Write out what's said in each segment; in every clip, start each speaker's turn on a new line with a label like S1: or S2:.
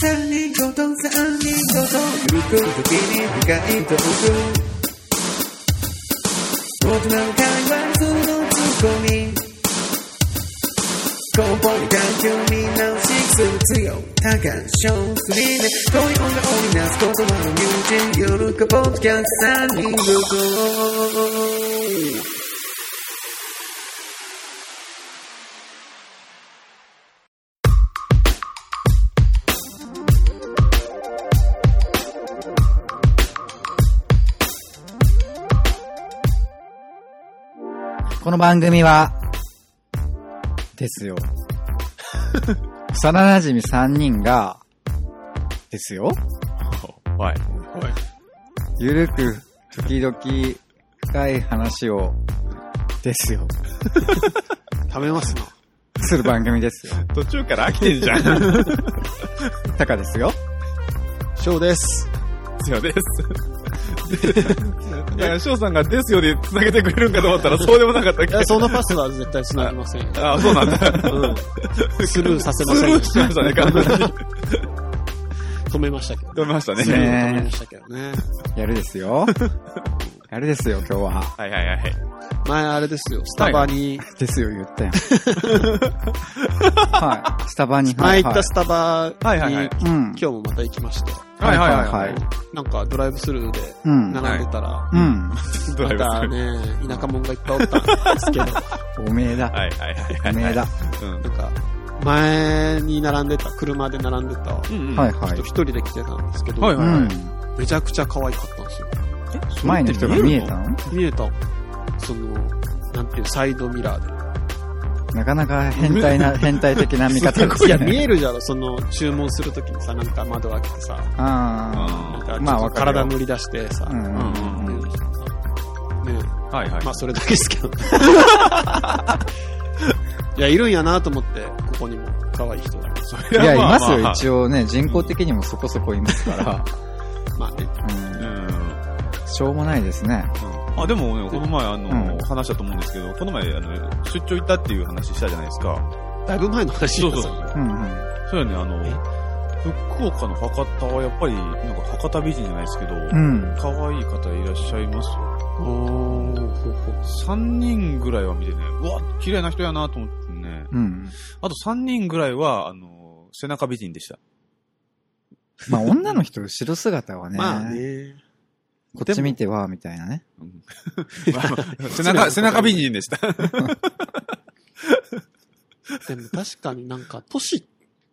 S1: 三人ごと三人ごとゆくときに深いトーク大人の会話そのツッコミ根本に環境見直しする強多感症すりで恋音が織りなす言葉の友人夜かポッドキャスト三人ごと
S2: この番組は、です よ。幼馴染3人が、ですよ。
S3: はい。はい。
S2: ゆるく、時々、深い話を、ですよ。
S4: 食べますな。
S2: する番組ですよ。
S3: 途中から飽きてんじゃん。
S2: タカですよ。
S4: ショーです。
S3: 強です。いや、翔さんがですよで繋げてくれるんかと思ったら、そうでもなかったっ
S4: い
S3: け
S4: や、そのパスは絶対繋ぎませんよ。
S3: あ、そうなんだ。
S4: うん。スルーさせま
S3: ス
S4: せん
S3: ル
S4: よ
S3: ー。してましたね、完全に。
S4: 止めましたけど。
S3: 止めました
S4: スルー
S3: ね。
S4: 止めましたけどね。
S2: やるですよ。やるですよ、今日は。
S3: はいはいはい。
S4: 前あれですよ、スタバに、
S2: ですよ、言った やん。はい。スタバに、
S4: 前行ったスタバに、
S3: はいはいはい
S2: うん。
S4: 今日もまた行きまして、
S3: はいはいはい
S2: はい。
S4: なんかドライブスルーで
S2: うん。
S4: 並んでたら、
S2: うん。
S3: ドライ
S4: ま
S3: ブ
S4: たね、田舎者がいっぱいおったんですけど、
S2: おめえだ。
S3: はいはいはいは
S2: お
S3: い。
S2: めえだ。
S3: うん
S4: なんか、前に並んでた、車で並んでた
S3: うんうん。
S2: はい
S3: い。
S2: は
S4: 人一人で来てたんですけど、
S3: はいは
S2: う
S3: い
S2: ん。
S4: めちゃくちゃ可愛かったんですよ。
S2: 前の人が見えたの
S4: 見えた、その、なんていう、サイドミラー
S2: なかなか変態 な、変態的な見方ですね。
S4: で。いや、見えるじゃろ、その、注文するときにさ、なんか窓開けてさ、
S2: あ
S4: なん
S3: あ
S4: か、
S2: まあわかるよ
S4: 体塗り出してさ、
S2: あ。うん
S4: ね
S2: うんうん。
S3: ーはいはい
S4: まあ、。それだけですけど。いや、いるんやなと思って、ここにも、可愛い人が。
S2: いや、い
S3: まあ
S2: ますよ、
S3: まあ
S2: 一応ね。人口的にもそこそこいますから。
S4: まあね、
S2: うん。
S3: うん。
S2: しょうもないですね。
S3: あ、でもね、この前、あの、
S2: うん
S3: 話したと思うんですけど、この前、あの、出張行ったっていう話したじゃないですか。
S4: だいぶ前の話
S3: そうそう
S4: う。
S2: うんうん。
S3: そうやね、あの、福岡の博多はやっぱり、なんか博多美人じゃないですけど、
S2: うん。
S3: 可愛い方いらっしゃいますよ。
S4: おー、ほうほう。
S3: 3人ぐらいは見てね、うわ、綺麗な人やなと思ってね。
S2: うん。
S3: あと3人ぐらいは、あの、背中美人でした。
S2: まあ、女の人、後ろ姿はね、
S4: まあね。
S2: こっち見ては、みたいなね。
S3: まあ 背中、背中美人でした。
S4: でも確かになんか、都市っ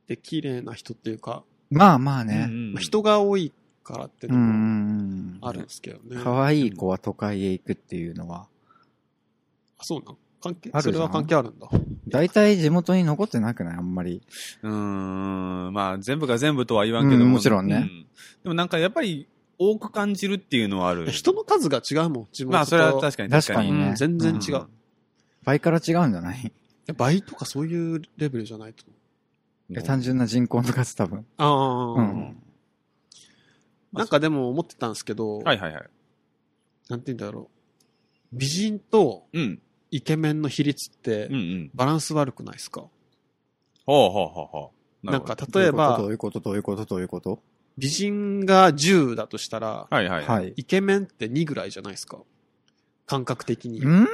S4: て綺麗な人っていうか、
S2: まあまあ
S3: う
S2: ね。
S3: ん
S4: まあ、人が多いからって
S2: う
S4: の
S2: んう
S4: も
S2: ん
S4: あるんですけどね。
S2: うん。可愛い子は都会へ行くっていうのは、
S4: あそうなん関係
S2: あるじゃ
S4: そ
S2: ん
S4: れは関係あるんだ。
S2: 大体地元に残ってなくないあんまり。
S3: うーん、まあ、全部が全部とは言わんけど
S2: う
S3: も。
S2: んもちろんね
S3: うでもなんか、やっぱり、多く感じるっていうのはある。
S4: 人の数が違うもん、地元と。
S3: まあ、それは確かに
S2: 確かに
S4: う
S2: ね
S4: ん、全然違う、
S3: うん
S2: 倍から違うんじゃない
S4: 倍とかそういうレベルじゃないと
S2: いや単純な人口の数多分。
S4: 思う。
S2: う
S4: ああ、
S2: ん。
S4: なんかでも思ってたんですけど、
S3: はいはいはい。
S4: なんて言うんだろう。美人と
S3: うん。
S4: イケメンの比率って
S3: うんうん。
S4: バランス悪くないですか、
S3: ほうほうほうほう。
S4: なん
S3: るほ
S4: か
S3: ど、
S4: 例えば
S2: ど、ういうことどういうことどういうこと
S4: 美人が10だとしたら、
S3: はいはい。
S2: はい。
S4: イケメンって2ぐらいじゃないですか感覚的に。
S2: うん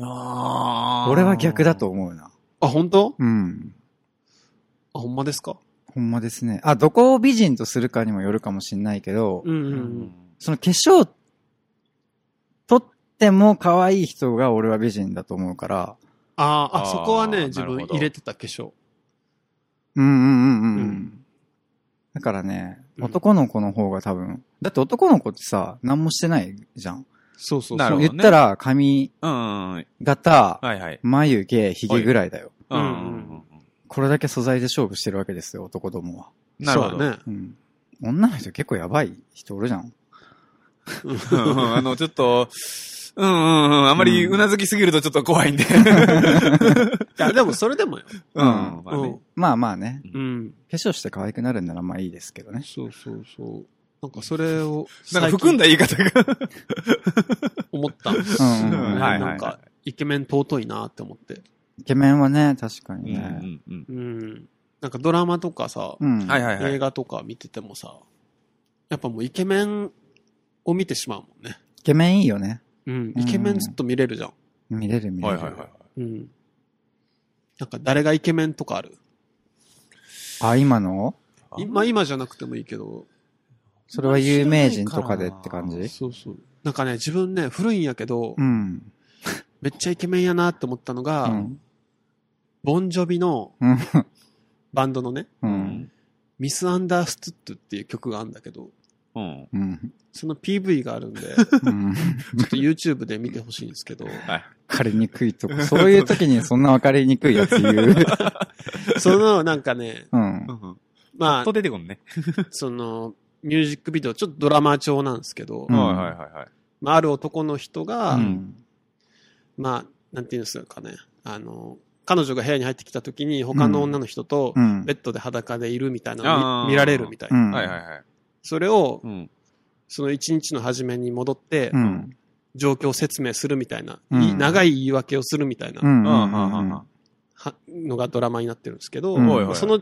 S3: あ
S2: 俺は逆だと。思うな。
S4: あ、本当
S2: うん。
S4: あ、ほんまですか
S2: ほんまですね。あ、どこを美人とするかにもよるかもしんないけど、
S4: うんうん
S3: う
S4: うん。
S3: ん。
S2: その化粧、取っても可愛い人が俺は美人だと思うから、
S4: あー
S3: あ
S4: あ、
S3: ー
S4: そこはね、自
S3: なるほど
S4: 分入れてた化粧。
S2: うんうんうんうん。
S4: うん
S2: だからね、
S4: うん
S2: 男の子の方が多分、だって男の子ってさ、何もしてないじゃん。
S4: そうそう
S3: な
S4: そ
S3: る
S4: う
S3: ほど。
S2: 言ったら、髪
S3: うんうんうん。
S2: 型、
S3: はいはい。
S2: 眉毛、髭ぐらいだよ。
S3: うんうんうん。
S2: これだけ素材で勝負してるわけですよ、男どもは。
S3: なるほど。
S4: そうだね。
S2: うん。女の人結構やばい人おるじゃん。
S3: うんうんあの、ちょっと、うんうんうん。あんまりうなずきすぎるとちょっと怖 いんで。
S4: いや、でもそれでもよ。
S3: うん。 まあ
S4: う
S3: ね
S4: ん。
S2: まあまあね。
S4: うん。
S2: 化粧して可愛くなるんならまあいいですけどね。
S4: そうそうそう。なんかそれを、
S3: なんか含ん
S4: だ
S3: だ言い方が。
S4: 思ったんです
S2: う
S4: よ
S2: ん
S4: ね。
S2: うんうん
S3: はいはい
S4: なんか、イケメン尊いなって思って。
S2: イケメンはね、確か
S3: う
S2: に
S3: んう
S2: ね。
S3: んうん。
S4: うん。なんかドラマとかさ、
S2: うん。
S3: はい
S2: い。
S3: はいはい
S4: 映。画とか見ててもさ、やっぱもうイケメンを見てしまうもんね。
S2: イケメンいいよね。
S4: うん。イケメンずっと見れるじゃん。
S2: 見れる見れ
S3: はい
S2: る。
S3: はいはい。
S4: うん。なんか誰がイケメンとかある
S2: あ、今の
S3: あ
S4: 今、今じゃなくてもいいけど。
S2: それは有名人とかでって感じ
S4: そうそう。なんかね、自分ね、古いんやけど、
S2: うん。
S4: めっちゃイケメンやなって思ったのが、
S2: うん。
S4: ボンジョビの
S2: うん。
S4: バンドのね、
S2: うん。
S4: ミス・アンダーストゥットっていう曲があるんだけど、
S3: うん。
S2: うん。
S4: その PV があ るんで、ちょ
S2: うん。
S4: っと YouTube で見てほしいんですけど、
S3: はい。
S2: わかりにくいとこ。そういう時にそんなわかりにくいやつ言う。
S4: そのなんかね、
S2: うん。
S4: ま
S3: と出てこんね。
S4: あ、その、ミュージックビデオ、ちょっとドラマ調なんですけど、
S2: うん
S3: はいはいはいはい。
S4: まあ、ある男の人が、
S2: うん。
S4: まあ、なんていうんですかね、あの、彼女が部屋に入ってきた時に他の女の人と
S2: うん
S4: ベッドで裸でいるみたいなのを
S3: あー
S4: 見見られるみたいな。
S2: うん
S3: はいはいはい。
S4: それを
S3: う、ん。
S4: その一日の初めに戻って、
S2: うん。
S4: 状況説明するみたいな、
S2: うん
S4: い長い言い訳をするみたいな、
S2: うん。
S3: うんうんうんうん。
S4: はのがドラマになってるんですけど、
S2: うん
S3: はいはい
S4: その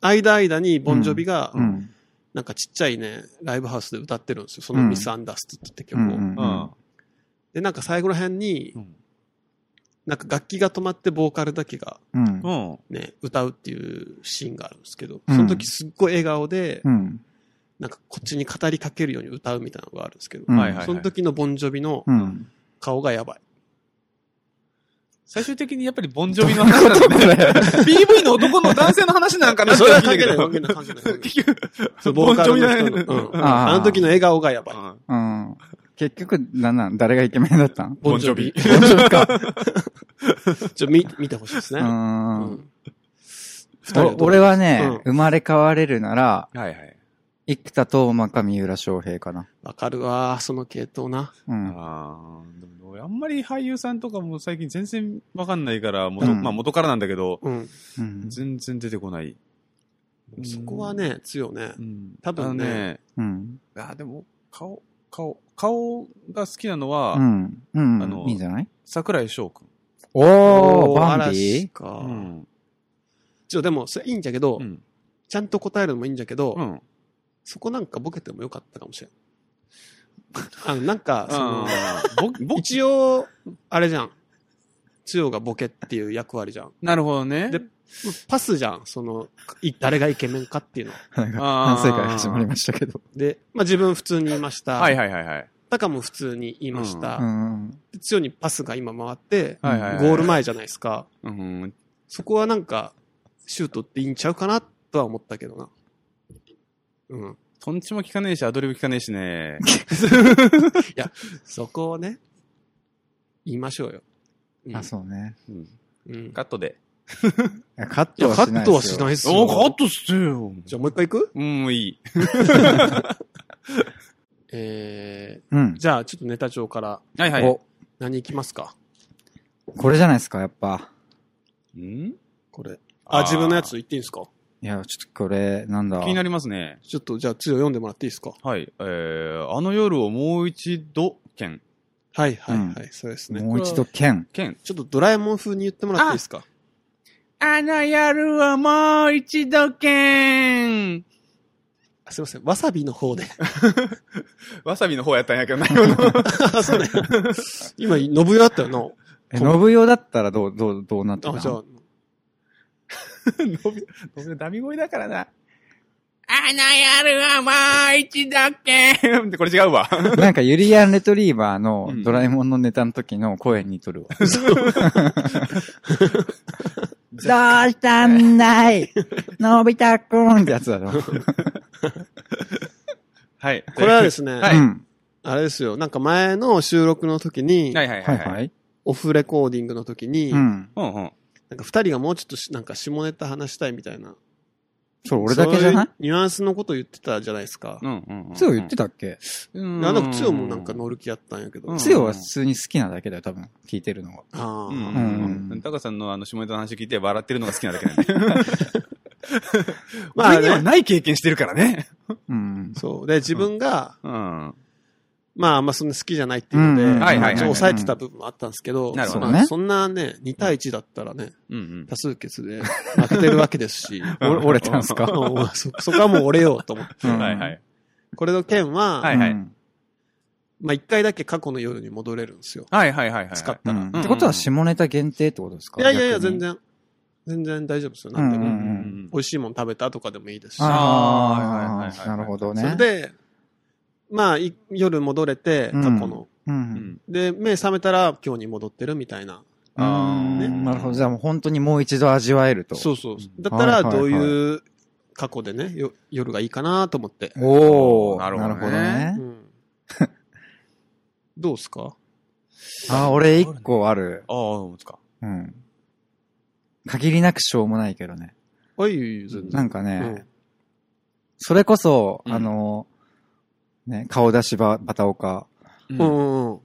S4: 間間にボンジョビが、
S2: うん。
S4: なんかちっちゃいね、ライブハウスで歌ってるんですよ。そのミス・アンダーストって曲を。
S2: うん
S3: うん。
S4: で、なんか最後ら辺に、
S3: うん
S4: なんか楽器が止まってボーカルだけが
S2: うん
S3: う。ん。
S4: ね、歌うっていうシーンがあるんですけど、
S2: うん
S4: その時すっごい笑顔で、
S2: うん。
S4: なんかこっちに語りかけるように歌うみたいなのがあるんですけど、
S2: うん
S3: はいはいはい。
S4: その時のボンジョビの
S2: うん。
S4: 顔がやばい。
S3: 最終的にやっぱりボンジョビの話なん だね。PV の男の男性の話なんかな
S4: それは関 係ない、 関
S3: ど
S4: 係ない、関係ない関係
S3: 結局
S4: ない。
S3: ボ
S4: ボ
S3: ン
S4: ー
S3: ジ
S4: カ
S3: ョビの
S4: ルの人
S3: 話
S4: の、うん
S3: う
S2: あ
S3: ん
S2: ー
S4: あの時の笑顔がやばい。
S2: うん。結局、なんなん誰がイケメンだったん
S4: ボンジョビ。
S2: 本当か。
S4: ちょ、見、見てほしいです
S2: う。
S4: ね。うんん二人はどう
S2: お俺はね、
S4: う
S2: 生
S4: ん
S2: まれ変われるなら、
S3: はいはい。
S2: 生田斗真か三浦翔平かな。
S4: わかるわ、その系統な。
S2: うん。
S3: あーでも俺あんまり俳優さんとかも最近全然わかんないから、
S2: う
S3: 元、
S2: ん
S3: まあ元からなんだけど、
S4: うん。
S2: うん。
S3: 全然出てこない。うん
S4: そこはね、強いね。多分ね
S3: あのね。
S2: うん。
S3: あー、でも、顔、顔、顔が好きなの
S2: う
S3: は、
S2: ん。うん
S3: あの
S2: いいんじゃない
S3: 桜井翔くん。
S2: おー、バンデ
S4: 嵐
S2: ィ
S4: か。
S3: うん。
S4: ちょ、でも、それいいんじゃけど
S3: う、ん。
S4: ちゃんと答えるのもいいんじゃけど
S3: う、ん。
S4: そこなんかボケてもよかったかもしれん。あの、なんか、その
S3: あ、 ーぼ、ぼ、
S4: 一応、あれじゃん。つよがボケっていう役割じゃん。
S3: なるほどね。
S4: でパスじゃん、その、い誰がイケメンかっていうのは。
S2: なんか、
S3: あー
S2: 反省会始まりましたけど。
S4: で、まあ自分普通に言いました。
S3: はいはいはいはい。
S4: タカも普通に言いました。
S2: うん。
S4: でつよにパスが今回って、
S3: はいはいはい
S4: ゴール前じゃないですか。
S3: うん。
S4: そこはなんか、シュートっていいんちゃうかなとは思ったけどな。うん。
S3: とんちも聞かねえし、アドリブ聞かねえしね。
S4: そこをね、言いましょうよ。うん
S2: あ、そうね。
S4: うん。
S3: カットで。
S2: いやカッ
S4: い
S2: ト
S4: や、
S2: は
S4: カ
S2: しない。
S4: ットはしないいっすよ。
S3: おー、カットしてよ。
S4: じゃあもう一回行く
S3: うん、もういい。
S4: え
S2: うん
S4: ー、。じゃあちょっとネタ帳から
S3: はいはい。
S2: お、
S4: 何行きますか
S2: これじゃないですか、やっぱ。
S3: ん
S4: これ。あ、
S3: あー
S4: 自分のやつ言っていいんですか
S2: いや、ちょっとこれ、なんだ。
S3: 気になりますね。
S4: ちょっとじゃあつよ読んでもらっていいですか
S3: はい。えー、あの夜をもう一度、剣。
S4: はいはいはい、
S2: う
S4: そうですね。
S2: もう一度、剣。
S3: 剣。
S4: ちょっとドラえもん風に言ってもらっていいですか
S3: あの夜をもう一度、剣。
S4: あすいません。わさびの方で。
S3: わさびの方やったんやけど、なるほど。
S4: あそうね。 今、信代だったよな。
S2: え、信代だったらどう、どう、どうなってた
S4: あ、じゃあ、
S3: 伸び、伸び、ダミ声だからな。
S5: あの夜はもう一度け
S3: 剣これ違うわ。
S2: なんか、ユリアン・レトリーバーの
S3: うん
S2: ドラえもんのネタの時の声にとるわ。 どうしたんだいのび太くんってやつだろ。
S3: はい。
S4: これはですね、
S3: はい
S2: うん。
S4: あれですよ。なんか前の収録の時に、
S3: はいはい
S2: は
S3: は
S2: いい
S3: は。
S2: はいい。
S4: オフレコーディングの時に、
S2: うん。
S3: うんうん。
S4: なんか二人がもうちょっとしなんか下ネタ話したいみたいな。
S2: それ俺だけじゃない
S4: そううニュアンスのこと言ってたじゃないですか
S3: う。んうんうん。
S2: つよ言ってたっけ
S3: うん。
S4: あの、つよもなんか乗る気やったんやけど。
S3: うん
S2: つよは普通に好きなだけだよ、多分。聞いてるのは。
S4: ああ、
S3: うん
S2: ん
S3: うんう。
S2: うんん
S3: タカさんのあの下ネタの話聞いて笑ってるのが好きなだけなん で。
S4: まあね
S3: ない経験してるからね。
S2: うん。
S4: そう。で、自分が、
S3: うん。
S4: まあ、あんまそんな好きじゃないっていうので、
S2: うんうん
S3: はいはいはいはい
S4: ちょっと抑えてた部分もあったんですけど、
S3: なるほど
S4: まあ
S2: ね
S4: そんなね、2対1だったらね、
S3: うんうん。
S4: 多数決で負けてるわけです し、
S2: 折折れたんす
S4: あ
S2: か
S4: のそそ こはもう折れようと思って。
S2: うん
S3: はいはい。
S4: これの件は、
S3: はいはい
S2: うん
S4: まあ一回だけ過去の夜に戻れるんですよ。
S3: はいはいはいはい。
S4: 使っ
S2: う
S4: たら。
S2: んってことは下ネタ限定ってことですか
S4: いやいやいや、
S2: 逆
S4: 全
S2: に
S4: 然。全然大丈夫ですよ。なんでも。
S2: うん
S3: うんうん。
S4: 美味しいもん食べたとかでもいいですし。
S2: ああ、
S3: あーはいはいはいはい
S2: なるほどね。
S4: それで、まあ、い夜戻れて、過去の。
S2: うん、
S3: うん
S4: で、目覚めたら今日に戻ってるみたい
S2: う
S4: な。
S2: ん
S3: あ
S2: ね
S3: ー
S2: なるほど。じゃあもう本当にもう一度味わえると。
S4: そうそう。だったら、
S2: はいはいはい
S4: どういう過去でね、よ夜がいいかなと思って。
S2: おお
S3: なるほどね
S4: う。んどうっすか
S2: あー、俺一個ある。
S3: ああ、そうですか。
S2: うん。限りなくしょうもないけどね。
S4: あ、いいよいいよ、全然。
S2: なんかね、
S4: うん
S2: それこそ、
S3: うん
S2: あの、ね、顔出しば、バタオカ。
S3: うん
S4: うんうんうん。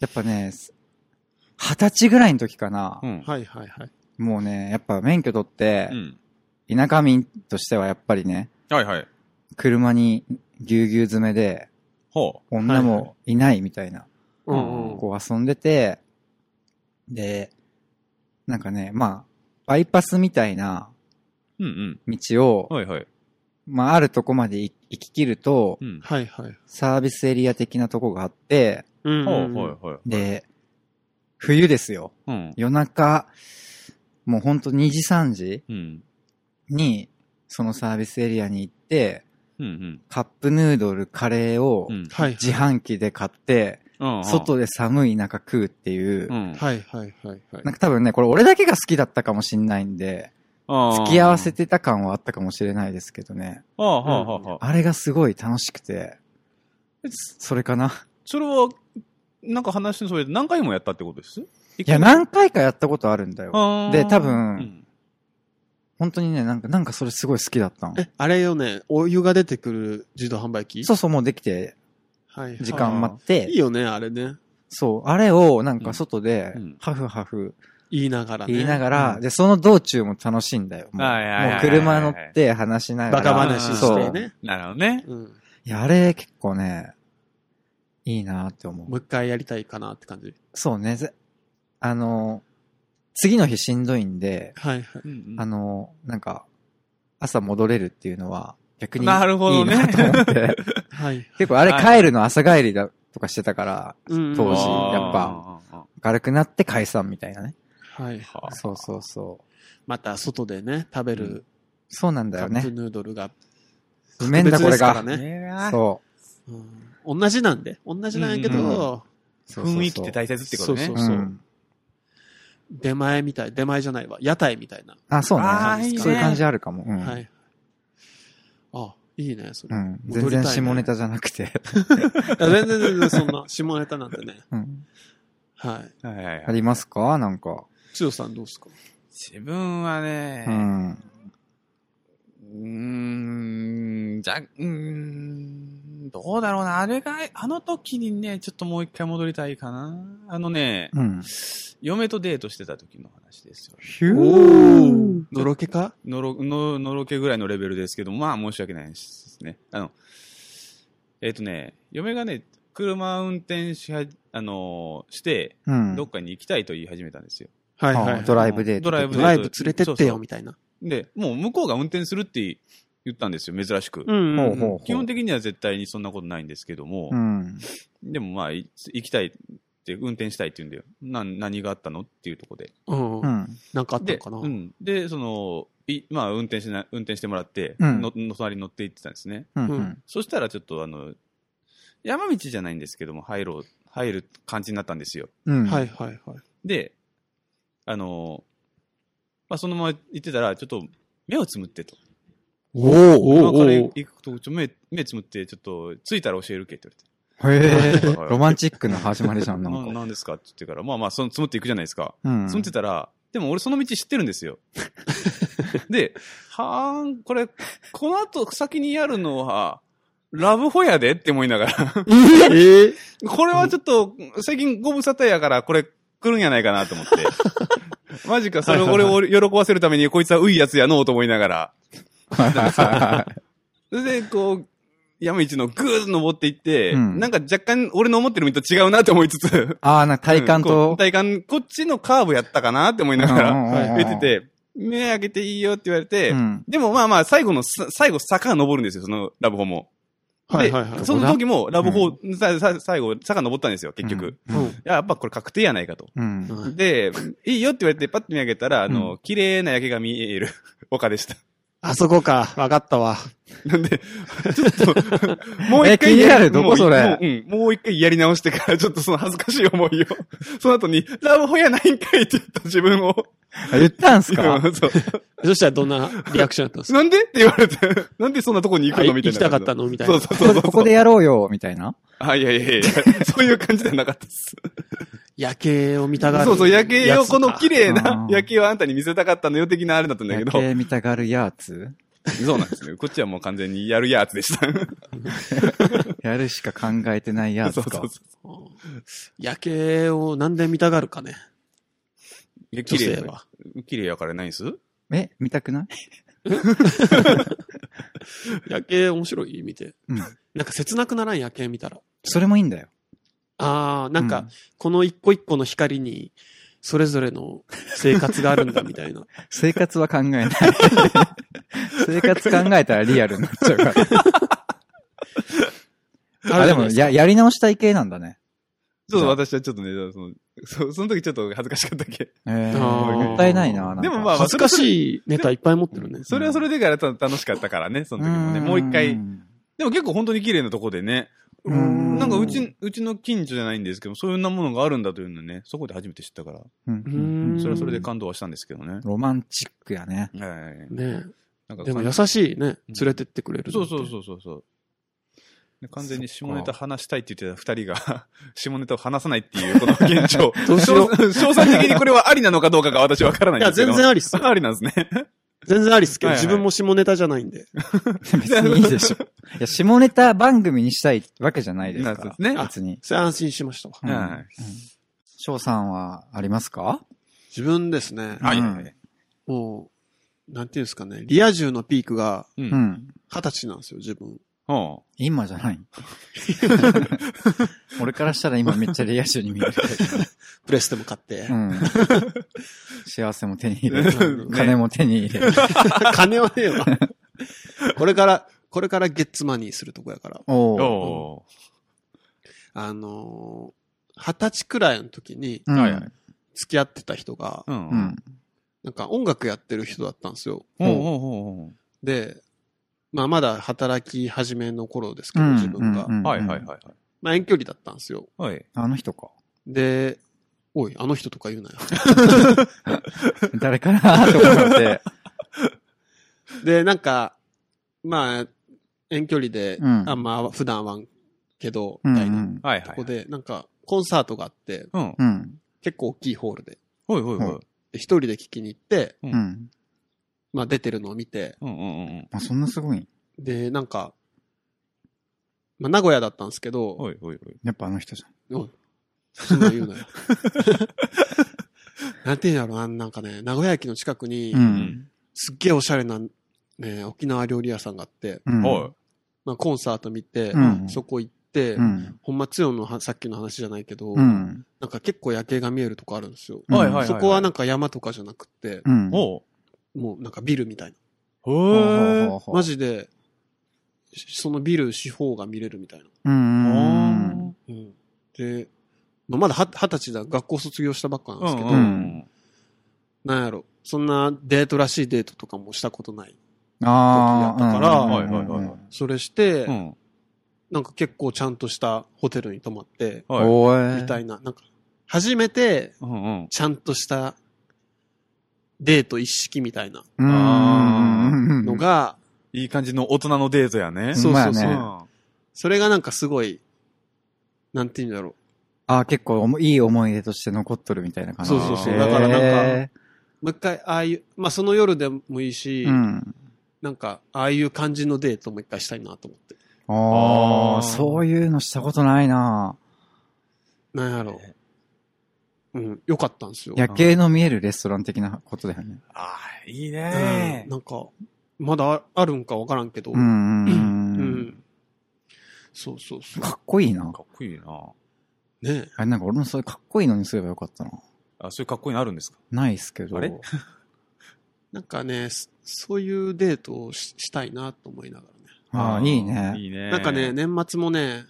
S2: やっぱね、す二十歳ぐらいの時かな、
S3: うん。
S4: はいはいはい。
S2: もうね、やっぱ免許取って
S3: う、ん。
S2: 田舎民としてはやっぱりね、
S3: はいはい。
S2: 車にぎゅうぎゅう詰めで、
S3: ほ
S2: 女もいないみたいな、
S4: うんうん。
S2: こう遊んでて、で、なんかね、まあ、バイパスみたいな
S3: う。うん
S2: 道を、
S3: うん。はいはい。
S2: まあ、あるとこまで行行き切ると、
S3: うん。
S4: はいはい。
S2: サービスエリア的なとこがあって、
S4: うん
S3: ほ
S4: う
S3: うんはいはい。
S2: で、冬ですよ。
S3: うん。
S2: 夜中、もうほんと2時3時
S3: うん。
S2: に、そのサービスエリアに行って、
S3: うん
S2: カップヌードル、カレーを
S3: うん。うん。
S4: はい。
S2: 自販機で買って、
S3: うん
S2: 外で寒い中食うっていう、
S3: うん。
S4: はいはいはいはい。
S2: なんか多分ね、これ俺だけが好きだったかもしんないんで、付き合わせてた感はあったかもしれないですけどね。
S3: あーあー、はあはあはあ。
S2: あれがすごい楽しくて、それかな。
S3: それは、なんか話のそれで何回もやったってことですい
S2: いや、何回かやったことあるんだよ。で多分
S3: うん。
S2: 本当にね、なんか、なんかそれすごい好きだったの。
S4: え、あれよね、お湯が出てくる自動販売機
S2: そうそう、もうできて、
S4: はい。
S2: 時間待って、
S4: いいよね、あれね。
S2: そう、あれをなんか外で
S3: うん、
S2: ハフハフ
S4: 言いながらね。
S2: 言いなが
S4: う
S2: ら、
S4: ん
S2: で、その道中も楽しいんだよ。もう
S3: はいはいはいはい
S2: もう車乗って話しなが
S4: バ
S2: ら。
S4: カ話してね。
S3: なるほどね。
S4: うん。
S2: いや、あれ結構ね、いいなって思
S4: も
S2: う。
S4: う一回やりたいかなって感じ。
S2: そうね、ぜあの、次の日しんどいんで、
S4: はいはい。
S3: うん
S2: あの、なんか、朝戻れるっていうのは、逆にいい
S3: な
S2: な
S3: る
S2: と
S3: ほど
S2: 思
S3: ね
S2: って。
S4: はい。
S2: 結構あれ帰るの朝帰りだとかしてたから、
S4: うん
S2: 当時
S4: は
S2: やっぱ
S3: ぱ。
S2: 軽くなって解散みたいなね。
S4: い。
S3: はあ
S2: そうそうそう。
S4: また、外でね、食べる
S2: そうなんだ
S4: カ
S2: よ
S4: ップ
S2: ね。
S4: ヌードルが。
S2: うめんだ、これが。
S4: 格別ですからね
S2: そ
S4: うん同じなんで。同じなんやけ
S2: うん
S4: ど、
S2: う。そうそうそう
S3: 雰囲気って大切ってことね。
S4: そう
S2: う。
S4: そうん出前みたい、出前じゃないわ。屋台みたいな。
S2: あ、そうね
S3: あ
S4: ーいい。ね
S2: そういう感じあるかも。うん
S4: はい。あ、いいね、それ
S2: う。ん。
S4: 戻り
S2: 全
S4: たいね
S2: 然下ネタじゃなくて。
S4: いや全然全然そんな、下ネタなんてね。
S2: うん
S4: はい。
S3: はいはい
S2: あ
S3: はい。
S2: りますかなんか。
S4: 千代さんどうですか
S3: 自分は
S2: う
S3: ね、
S2: ん。
S3: うーん、じゃ、うーん、どうだろうな。あれが、あの時にね、ちょっともう一回戻りたいかな。あのね、
S2: うん。
S3: 嫁とデートしてた時の話ですよ。
S2: ヒュー。
S4: ーのろけか
S3: のろ、の、のろけぐらいのレベルですけど、まあ申し訳ないですね。あの、えっ、とね、嫁がね、車運転しは、あのーして、
S2: うん。
S3: どっかに行きたいと言い始めたんですよ。
S4: はい
S2: あ
S4: はい。
S2: ドライブデート。
S3: ドライブ
S4: ドライブ連れて
S3: そ
S4: っ
S3: うそ
S4: て
S3: う
S4: よ、みたいな。
S3: で、もう向こうが運転するって言ったんですよ、珍しく。
S4: ん
S2: ほうほうほう。
S3: 基本的には絶対にそんなことないんですけども、
S2: うん。
S3: でもまあ、い行きたいって、運転したいって言うんだよ。な、何があったのっていうとこで。
S4: うん。
S2: う
S4: うん
S2: ん。
S4: なんかあった
S3: で
S4: のか、な
S3: うん。で、その、いまあ、運転しな、運転してもらって、
S2: うん
S3: の、の隣に乗って行ってたんですね。
S2: うんう
S4: うんん。
S3: そしたらちょっとあの、山道じゃないんですけども、入ろう、入る感じになったんですよ。
S2: うん。
S4: はい。はいはい。
S3: で、あの、まあ、そのまま行ってたら、ちょっと目をつむってと。
S4: おー
S3: 今から
S4: おー
S3: 行くと、ちょ目、目つむって、ちょっと、着いたら教えるけって
S2: へ
S3: 言
S2: ー
S3: われて。
S2: ロマンチックの始まりじゃん、な
S3: なん
S2: んか。
S3: なんですかって言ってから、まあまあ、その、つむっていくじゃないですか。
S2: うん。
S3: つむってたら、でも俺その道知ってる んですよ。で、はーん、これ、この後先にやるのは、ラブホやでって思いながら。
S4: ええ
S3: これはちょっと、最近ご無沙汰やから、これ来るんやないかなと 思って。マジか、それを俺を喜ばせるために、こいつはういやつやのうと思いながら。それで、こう、山道のぐーっと登っていって、
S2: うん
S3: なんか若干俺の思ってる道と違うなって思いつつ、
S2: ああ、なんか体感
S3: うんこう
S2: と。
S3: 体感、こっちのカーブやったかなって思いなが
S2: うんうんうん
S3: ら、出てて、目開けていいよって言われて、
S2: うん
S3: でもまあまあ、最後のさ、最後坂登るんですよ、そのラブホも。
S4: はいはいはい
S3: で、。その時もラブホ、ささ最後、坂登ったんですよ、結局。
S2: うん
S4: うん
S3: やっぱこれ確定やないかと。
S2: うん。
S4: うん
S3: で、いいよって言われて、パッと見上げたら、あの、綺麗な夜景が見える丘でした。
S4: あそこか。わかったわ。
S3: なんで、ちょっと、もう
S2: え
S3: 一回
S2: 気にな
S3: や、
S2: るどこ
S3: もう
S2: それ
S3: もううん、もう一回やり直してから、ちょっとその恥ずかしい思いを。その後に、ラブホやないんかいって言った自分を。
S2: あ言ったんすか
S3: うんそう
S4: そしたらどんなリアクションだったんですか
S3: なんでって言われて、なんでそんなとこに行くのみたいな。
S4: あ行きたかったのみたい
S3: そ
S4: な
S3: うそうそうそう。
S2: ここでやろうよ、みたいな。
S3: あ、いやいやいや、 そういう感じではなかったです。
S4: 夜景を見たがる。
S3: そうそう、夜景を、この綺麗
S4: 麗。
S2: う
S3: なん夜景をあんたに見せたかったのよ的なあれだったんだけ
S2: 夜
S3: ど、
S2: 景見たがるやつ
S3: そうなんですね。こっちはもう完全にやるやつでした。
S2: やるしか考えてないや
S3: そ
S2: つ
S3: うそ
S2: か
S3: う。そう。
S4: 夜景をなんで見たがるかね。
S3: いや綺
S4: 女
S3: 麗
S4: 性は。
S3: 綺麗やからないんす
S2: え、見たくない
S4: 夜景面白い見て。
S2: うん。
S4: なんか切なくならん夜景見たら。
S2: それもいいんだよ。
S4: ああ、なんか、この一個一個の光に、それぞれの生活があるんだみた いな。
S2: 生活は考えない。生活考えたらリアルになっちゃうから。あ、でも、や、やり直したい系なんだね。
S3: ちょっ
S2: じゃ
S3: と
S2: あ
S3: 私はちょっとね、その、 そその時ちょっと恥ずかしかったっけ。
S2: えー、
S4: あー
S2: もったいないななんか
S3: でもまあ
S4: 恥ずかしいネタいっぱい持ってるね。
S3: それはそれでからた楽しかったからね、その時もね。もう一回。でも結構本当に綺麗なとこでね。
S2: う
S4: うん
S2: ん。
S3: なんかうち、うちの近所じゃないんですけど、そういうなものがあるんだというのね、そこで初めて知ったから、
S2: うん、
S4: うん
S3: それはそれで感動はしたんですけどね。
S2: ロマンチックや ね。
S3: はい。
S4: ね
S3: なん
S4: え
S3: か
S4: でも優しいね。連れてってくれる。
S3: そうそうそうそうそう。で完全に下ネタ話したいって言ってた二人が、 下ネタを話さないっていうこの現状。
S4: どうしよう
S3: 詳詳細的にこれはありなのかどうかが私わからない
S4: い
S3: ん
S4: や、
S3: ですけど。
S4: 全然ありっすよ。
S3: ありなんですね。
S4: 全然ありっすけど、
S3: はいはい
S4: 自分も下ネタじゃないんで。
S2: 別にいいでしょ。いや、下ネタ番組にしたいわけじゃないです
S3: なん
S2: か
S3: です
S2: ら。
S3: ね
S2: 別に。
S4: それ安心しましたわ。
S2: うん
S3: はい
S2: うん翔さんはありますか
S4: 自分ですね。
S2: ん
S3: あ、いやいやいや
S4: もう、なんていうんですかね。リア充のピークが
S3: う。
S2: うんん。
S4: 二十歳なんですよ、自分。
S3: ほ
S2: 今じゃ ない俺からしたら今めっちゃリア充に見えるけど。
S4: プレステも買って
S2: う。 ん。幸せも手に入れ、
S4: ね
S2: 金も手に入れ。
S4: 金はねえわ。これから、これからゲッツマニーするとこやから。
S2: お
S3: う。
S2: う
S3: お
S4: あのー二十歳くらいの時に
S2: うん
S3: はいはい
S4: 付き合ってた人が
S3: ー。、うん
S2: う。ん。
S4: なんか音楽やってる人だったんですよ。
S3: ほうほうほうほ
S4: で、まあまだ働き始めの頃ですけ
S2: う
S4: ど、
S2: ん
S4: 自分が。
S3: う。はいはいはい。はい。
S4: まあ遠距離だったんですよ。
S3: はい。
S2: あの人か。
S4: で、おい、あの人とか言うなよ。
S2: 誰かな と思って。
S4: で、なんか、まあ、遠距離で、
S2: うん
S4: あんま普段はんけど、
S2: う
S4: み
S2: んう
S4: たいな。
S2: ん。
S3: はい
S4: こ
S3: は
S4: こ
S3: い。
S4: で、なんか、コンサートがあって、
S3: うん。
S2: うん。
S4: 結構大きいホールで。
S3: ほいほいほい。
S4: で一人で聞きに行って、
S2: うん。
S4: まあ出てるのを見て、
S3: うんうんうんうん。
S2: あ、そんなすごい。
S4: で、なんか、まあ名古屋だったんですけど、
S3: ほいほいほい。
S2: やっぱあの人じ
S4: おい、そんなん言うなよ。 なんて言うんだろうな、なんかね、名古屋駅の近くに
S2: ゃん。、うん。
S4: すっげえおしゃれな、ね、沖縄料理屋さんがあって、
S2: うん。
S3: ほい。
S4: まあコンサート見て、
S2: うん
S4: そこ行って、
S2: うん。
S4: ほんま、つよのはさっきの話じゃないけど、
S2: うん。
S4: なんか結構夜景が見えるとこあるんですよ。
S2: うん
S3: はいはいはい。
S4: そこはなんんか山とかじゃなくって、
S2: うん。
S3: おう。
S4: もうなんかビルみたい
S2: ほうほうほう
S3: へー。
S2: ほう
S4: な。マジで、しそのビル四方が見れるみたいな。
S2: うんうんうん。
S4: うんで、まあ、まだは二十歳だ、学校卒業したばっかなんですけど、
S2: うんうん
S4: なんやろ、そんなデートらしいデートとかもしたことない。
S2: ああ。
S4: 時やったから
S2: うん
S3: はいはいはいはい
S4: それして、
S3: うん。
S4: なんか結構ちゃんとしたホテルに泊まって、
S3: はい。
S2: おー
S4: みたいな、なんか、初めて
S3: うんうん。
S4: ちゃんとしたデート一式みたいな
S2: うんうんうんうん
S4: のが、
S3: いい感じの大人のデートやね。
S4: そうそう
S2: ほん
S4: そう、
S2: まやね
S3: ん
S4: それがなんかすごい、なんて言うんだろう。
S2: ああ、結構おもいい思い出として残っとるみたいな感じ。
S4: そうそうそう
S2: へー
S4: だからなんもう一回、ああいう、まあその夜でもいいし、
S2: うん。
S4: なんか、ああいう感じのデートも一回したいなと思って。
S2: あ
S3: あ
S2: あ、
S3: ー
S2: そういうのしたことないな
S4: なんやろう。うん、よかったんですよ。
S2: 夜景の見えるレストラン的なことだよね。
S3: ああ、いい
S4: うん
S3: ね
S4: なんか、まだああるんかわからんけど、
S2: うんうんう。
S4: うんんそうそうそう。
S2: かっこいいな。
S3: かっこいいな。
S4: ね
S2: あれ、なんか俺もそれかっこいいのにすればよかったな。
S3: あ、そういうかっこいいのあるんですか
S2: ないっすけど。
S3: あれ
S4: なんかね、そそういうデートをししたいなと思いながらね。
S2: ああ、いいね。
S3: いいね。
S4: なんかね、、年末もね、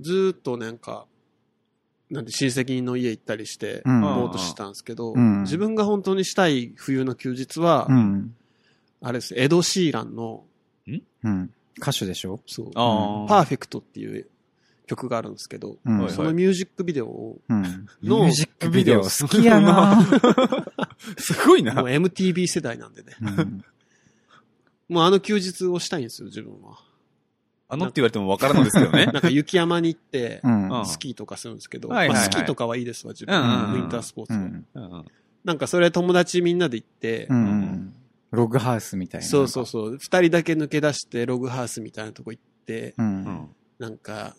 S4: ずーっとなんか、なんて親戚の家行ったりして、
S2: うん
S4: ぼーっとしてたんですけど、
S2: うん
S4: 自分が本当にしたい冬の休日は、
S2: うん。
S4: あれです、エド・シーランの、
S2: うん。歌手でしょ
S4: そう、パ
S3: ああ。
S4: ーフェクトっていう曲があるんですけど、
S2: うん。
S3: はい
S4: そのミュージックビデオを、
S2: うん。ミ
S4: の
S2: ュージックビデオ好きやな。
S3: すごいな
S4: もう。MTV 世代なんでね、
S2: うん
S4: もうあの休日をしたいんですよ、自分は。
S3: あのって言われてもわからないですけどね
S4: な。んか雪山に行って
S2: う、ん。
S3: うん
S4: スキーとかするんですけど、
S3: はいはいはい
S4: まあスキーとかはいいですわ、自分。
S3: うん
S2: うんうん
S4: ウィンタースポーツ
S2: う
S4: は。
S2: ん。
S3: うん
S4: なんかそれ友達みんなで行って、
S2: うんうん。ログハウスみたいな。
S4: そうそうそう、二人だけ抜け出して、ログハウスみたいなとこ行って、
S2: う。
S3: うん ん。
S4: なんか、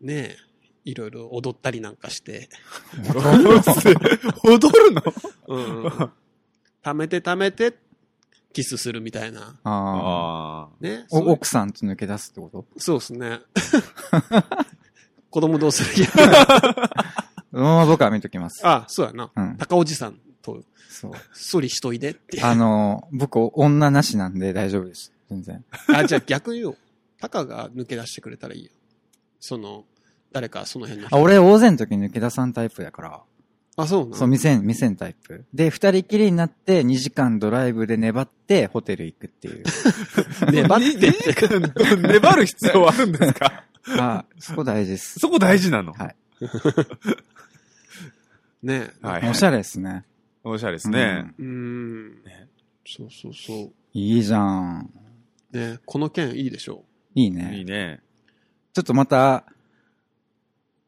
S4: ねえ、いろいろ踊ったりなんかして、
S3: 踊るの
S4: うん、 貯めて貯めて、キスするみたいな。
S2: ああ。
S3: ああ。
S4: ね。
S2: お
S4: そう
S2: 奥さんと抜け出すってこと
S4: そうですね。 子供どうするいや
S2: そのまま僕は見ときます。
S4: あ、そうやな。
S2: うん。
S4: 高おじさんと、
S2: そう。
S4: そりしといでって。
S2: あの、僕、女なしなんで大丈夫です。全然。
S4: あ、じゃあ逆よ。タカが抜け出してくれたらいいよ。その、誰かその辺の人
S2: あ、俺、大勢の時に抜け出さんタイプだから。
S4: あ、そうな
S2: そう、
S4: の
S2: 見せん、見せんタイプ。で、二人きりになって、2時間ドライブで粘って、ホテル行くっていう。
S4: 粘ってって。
S3: 粘る必要はあるんですか
S2: あ、 そこ大事です。
S3: そこ大事なの。
S2: はい
S4: ねえ。
S3: はい
S2: おしゃれですね。
S3: おしゃれですね。
S4: うーん
S3: ね。
S4: そうそうそ
S2: いいじゃん。
S4: う。ねこの件いいでしょ
S2: いい
S3: いい
S2: ね。
S3: ね。
S2: ちょっとまた、
S4: う。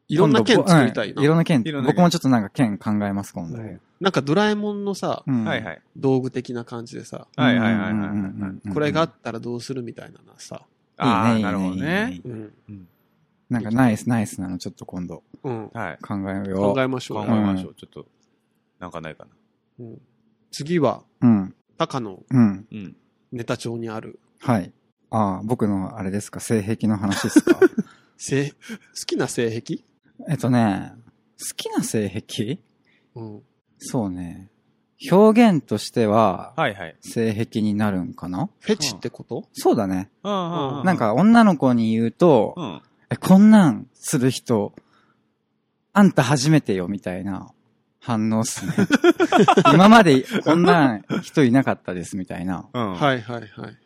S4: いろんな件作りたい
S2: うんいろ
S4: な。
S2: んな件
S3: いろんな件
S2: 僕もちょっとなんか件考えます、今度。
S4: なんかドラえもんのさ、
S2: うん
S3: はいはい。
S4: 道具的な感じでさ、
S3: はいはいはいはい
S2: うん
S3: は
S2: うんうんうん
S3: い。
S2: うん
S4: これがあったらどうするみたいなのさ。
S2: い
S3: ああ、
S2: いね
S3: なるほど
S2: いいね。
S3: ね
S4: うん。
S2: なんかナイスナイスなの、ちょっと今度
S4: うん。
S3: はい。
S2: 考えようよ
S4: 考。えましょ
S3: 考
S4: う
S3: え
S4: よ。
S3: ましょう。ちょっと、なんかないかな。
S4: うん次は、
S2: うん。
S4: タカの
S2: うん。
S3: うん。
S4: ネタ帳にある、
S2: はい。ああ、僕のあれですか、性癖の話ですか。
S4: 性、好きな性癖
S2: えっとね、好きな性癖
S4: うん。
S2: そうね。表現としては、
S3: はいはい。
S2: 性癖になるんかな
S4: フェチってこと
S2: そうだね。
S4: うん
S2: なん、か女の子に言うと、
S3: うん。
S2: え、こんなんする人、あんた初めてよ、みたいな反応っ すね。今までこんなん人いなかったです、みたいな
S3: うん。い。
S4: はいはいはい。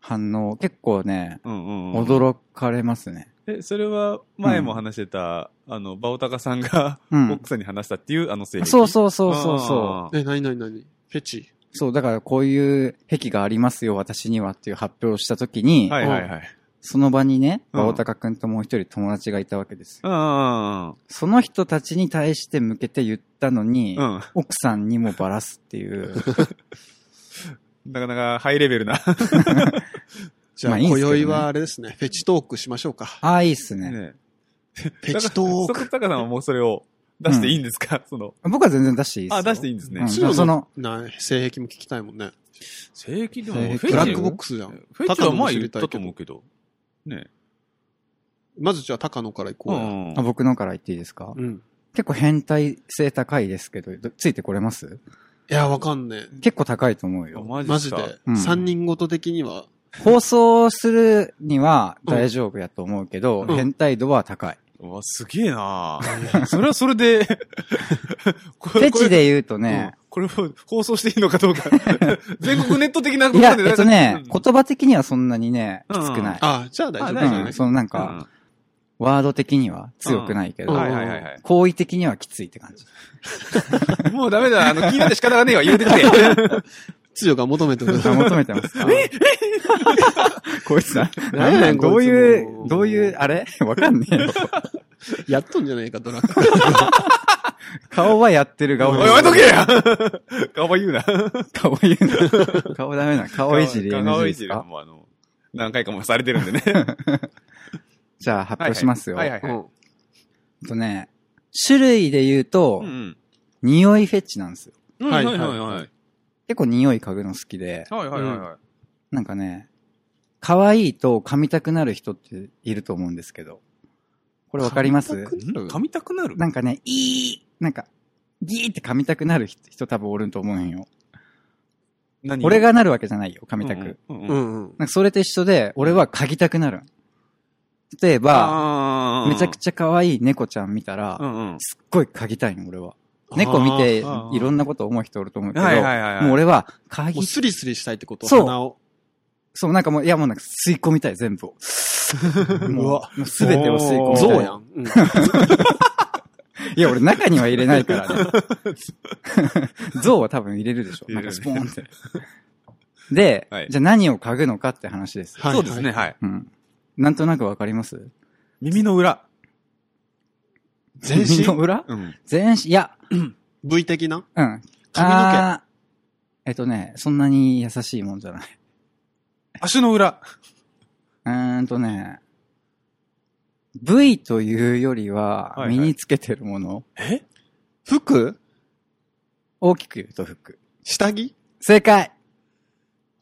S2: 反応。結構ね、
S3: うんうんうん。
S2: 驚かれますね。
S3: え、それは、前も話してた、あの、バオタカさんが、
S2: うん
S3: 奥さんに話したっていう、あの性癖。
S2: そうそうそうそうそう。
S3: う。
S4: え、なになになにフェチ
S2: そう、だからこういう癖がありますよ、私にはっていう発表をしたときに、
S3: はいはいはい。
S2: その場にね、
S3: うん
S2: バオタカ君ともう一人友達がいたわけですよ。
S3: うんうん
S2: その人たちに対して向けて言ったのに、
S3: うん。うん。
S2: 奥さんにもバラすっていう。
S3: なかなかハイレベルな。
S4: じゃ
S2: ま
S4: あ、
S2: あいいんす
S4: 今
S2: けどね
S4: 宵はあれですね、フェチトークしましょうか。
S2: ああ、いいっすね。
S3: ね
S4: フェチトー
S3: そこ、
S4: ク。
S3: タカさんはもうそれを出していいんですかその、
S2: 僕は全然出していいっすよ。
S3: あ、出していいんですね
S2: うん。
S4: シロ
S2: その
S4: な性癖も聞きたいもんね。
S3: 性癖で
S2: 性癖
S4: ブ
S2: フェ
S4: ラ
S2: チ
S4: ックボックスじゃん。
S3: フェチは前言っ
S4: 高野も知りたいけ
S3: た
S4: ど
S3: と思うけど。ね。
S4: まずじゃあ、高野から行こうよ。
S2: あ僕のから言っていいですか、
S4: うん。
S2: 結構変態性高いですけど、どついてこれます
S4: いや、わかんね
S2: 結構高いと思う
S3: あ
S2: よ。
S4: え。
S3: マ
S4: マ
S3: ジで
S4: ジで。。
S2: うん
S4: 三人ごと的には、
S2: 放送するには大丈夫やと思うけど、
S4: うん
S2: 変態度は高い。
S3: うわ、すげえなそれはそれで、 こ
S2: フ
S3: れ
S2: ェチで言うとね、、
S3: これうんこれも放送していいのかど うか。全国ネット的なこ
S2: い
S3: と
S2: や、
S3: で
S2: えっとね、
S3: こ
S2: 言葉的にはそんなにね、きつくない。
S4: あじゃあ大
S3: あ大
S4: 丈
S3: 丈
S4: 夫だ
S3: 夫
S4: よ
S2: う
S4: ね
S2: ん、。そのなん
S3: う
S2: か、
S3: ん
S2: ワード的には強くないけど、
S4: うん
S3: はいはいはいは
S2: 行為的にはきついって感じ。
S3: い。もうダメだ、あの、気になって仕方がねえわ、言うて くれ。
S4: つよが求めてる。
S2: あ求めてますか こいつな、
S4: なんなん
S2: どう
S4: こいつ
S2: い
S4: も
S2: う、どういう、あれ わかんねえよ。
S4: やっとんじゃねえか、ドラッグ。
S2: 顔はやってる顔
S3: おい、おい、どけや 顔ば言うな。
S2: 顔言うな。顔ダメな。顔いじり NG
S3: 顔い
S2: で
S3: じ
S2: す
S3: りは
S2: か
S3: もうあの、何回かもされて るんでね。
S2: じゃあ発表しますよ。
S3: はいはいは
S4: う
S3: いはい。
S4: ん。
S2: えっとね、種類で言うと、
S3: うん
S2: 匂いフェチなんですよ。
S3: うん。は
S4: はいい
S3: は
S4: はいい
S3: は
S4: はい
S3: いはい。
S2: 結構匂い嗅ぐの好きで、
S3: はいはいはいはい。
S2: なんかね、可愛いと噛みたくなる人っていると思うんですけど。これわかります
S3: 噛みたくなる
S2: なんかね、いい、なんか、ギーって噛みたくなる人人多分おるんと思うんよ。
S3: 何
S2: 俺がなるわけじゃないよ、噛みたく。
S3: うんうんう
S4: うんんうん。
S2: なんかそれと一緒で、俺は嗅ぎたくなるん。例えば、
S3: あー
S2: めちゃくちゃ可愛い猫ちゃん見たら、
S3: うんうん。
S2: すっごい嗅ぎたいの、俺は。猫見て、い
S3: あー
S2: ろんなこと思う人おると思うけど、
S3: はいはいはいはい
S2: もう俺は、嗅
S4: も
S2: ぎ
S4: う、スリスリしたいってこと
S2: そう
S4: 鼻を。
S2: そう、なんかもう、いやもうなんか吸い込みたい、全 部を。もう
S4: うわ。
S2: もうすべてを吸い込み
S3: お
S2: たい。
S3: ー
S4: 象やん。うん
S2: いや、俺中には入れないからね。 象は多分入れるでしょ。
S3: 入れ
S2: なん
S3: る
S2: かスポーンって。で、
S3: はい
S2: じゃあ何を嗅ぐのかって話です。
S4: はい
S3: そうですね、はい。
S2: うん。なんとなくわかります
S3: 耳の裏。
S4: 全身
S2: 耳の裏
S3: うん。
S2: 全身、いや、
S4: 部位的な
S2: うん。
S4: 髪の
S2: あーえっとね、そんなに優しいもんじゃない。
S3: 足の裏。
S2: うーんとね、部位というよりは
S3: は、いはい
S2: 身につけてるもの、
S3: え
S4: 毛服
S2: 大きく言うと服。
S4: 下着
S2: 正解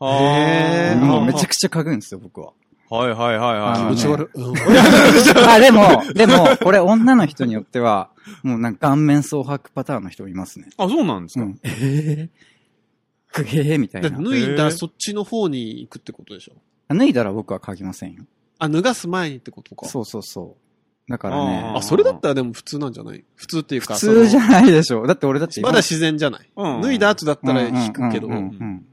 S4: へえー
S2: もう
S4: あ
S2: めちゃくちゃ嗅ぐんですよ、僕 は。
S3: はいはいはいは
S2: あ
S3: い。
S2: のね
S4: 気持ち悪 い。うん
S2: あ、でも、でも、これ女の人によっては、もうなんか顔面蒼白パターンの人もいますね。
S3: あ、そうなんです
S2: う
S3: か。
S2: ん。えー、くげーみたい
S4: だ
S2: な
S4: って。脱いだらそっちの方に行くってことでしょ
S2: 脱いだら僕は嗅ぎませんよ。
S4: あ、脱がす前にってことか。
S2: そうそうそう。だからね
S3: ー、
S4: あ、それだったらでも普通なんじゃない普通っていう
S2: 普
S4: か。
S2: 通じ
S4: そ
S2: ゃないでしょ。だって俺だって
S4: のまだ自然じゃない。
S3: うん
S4: 脱いだ後だったら引くけど
S2: うん。うんうんうん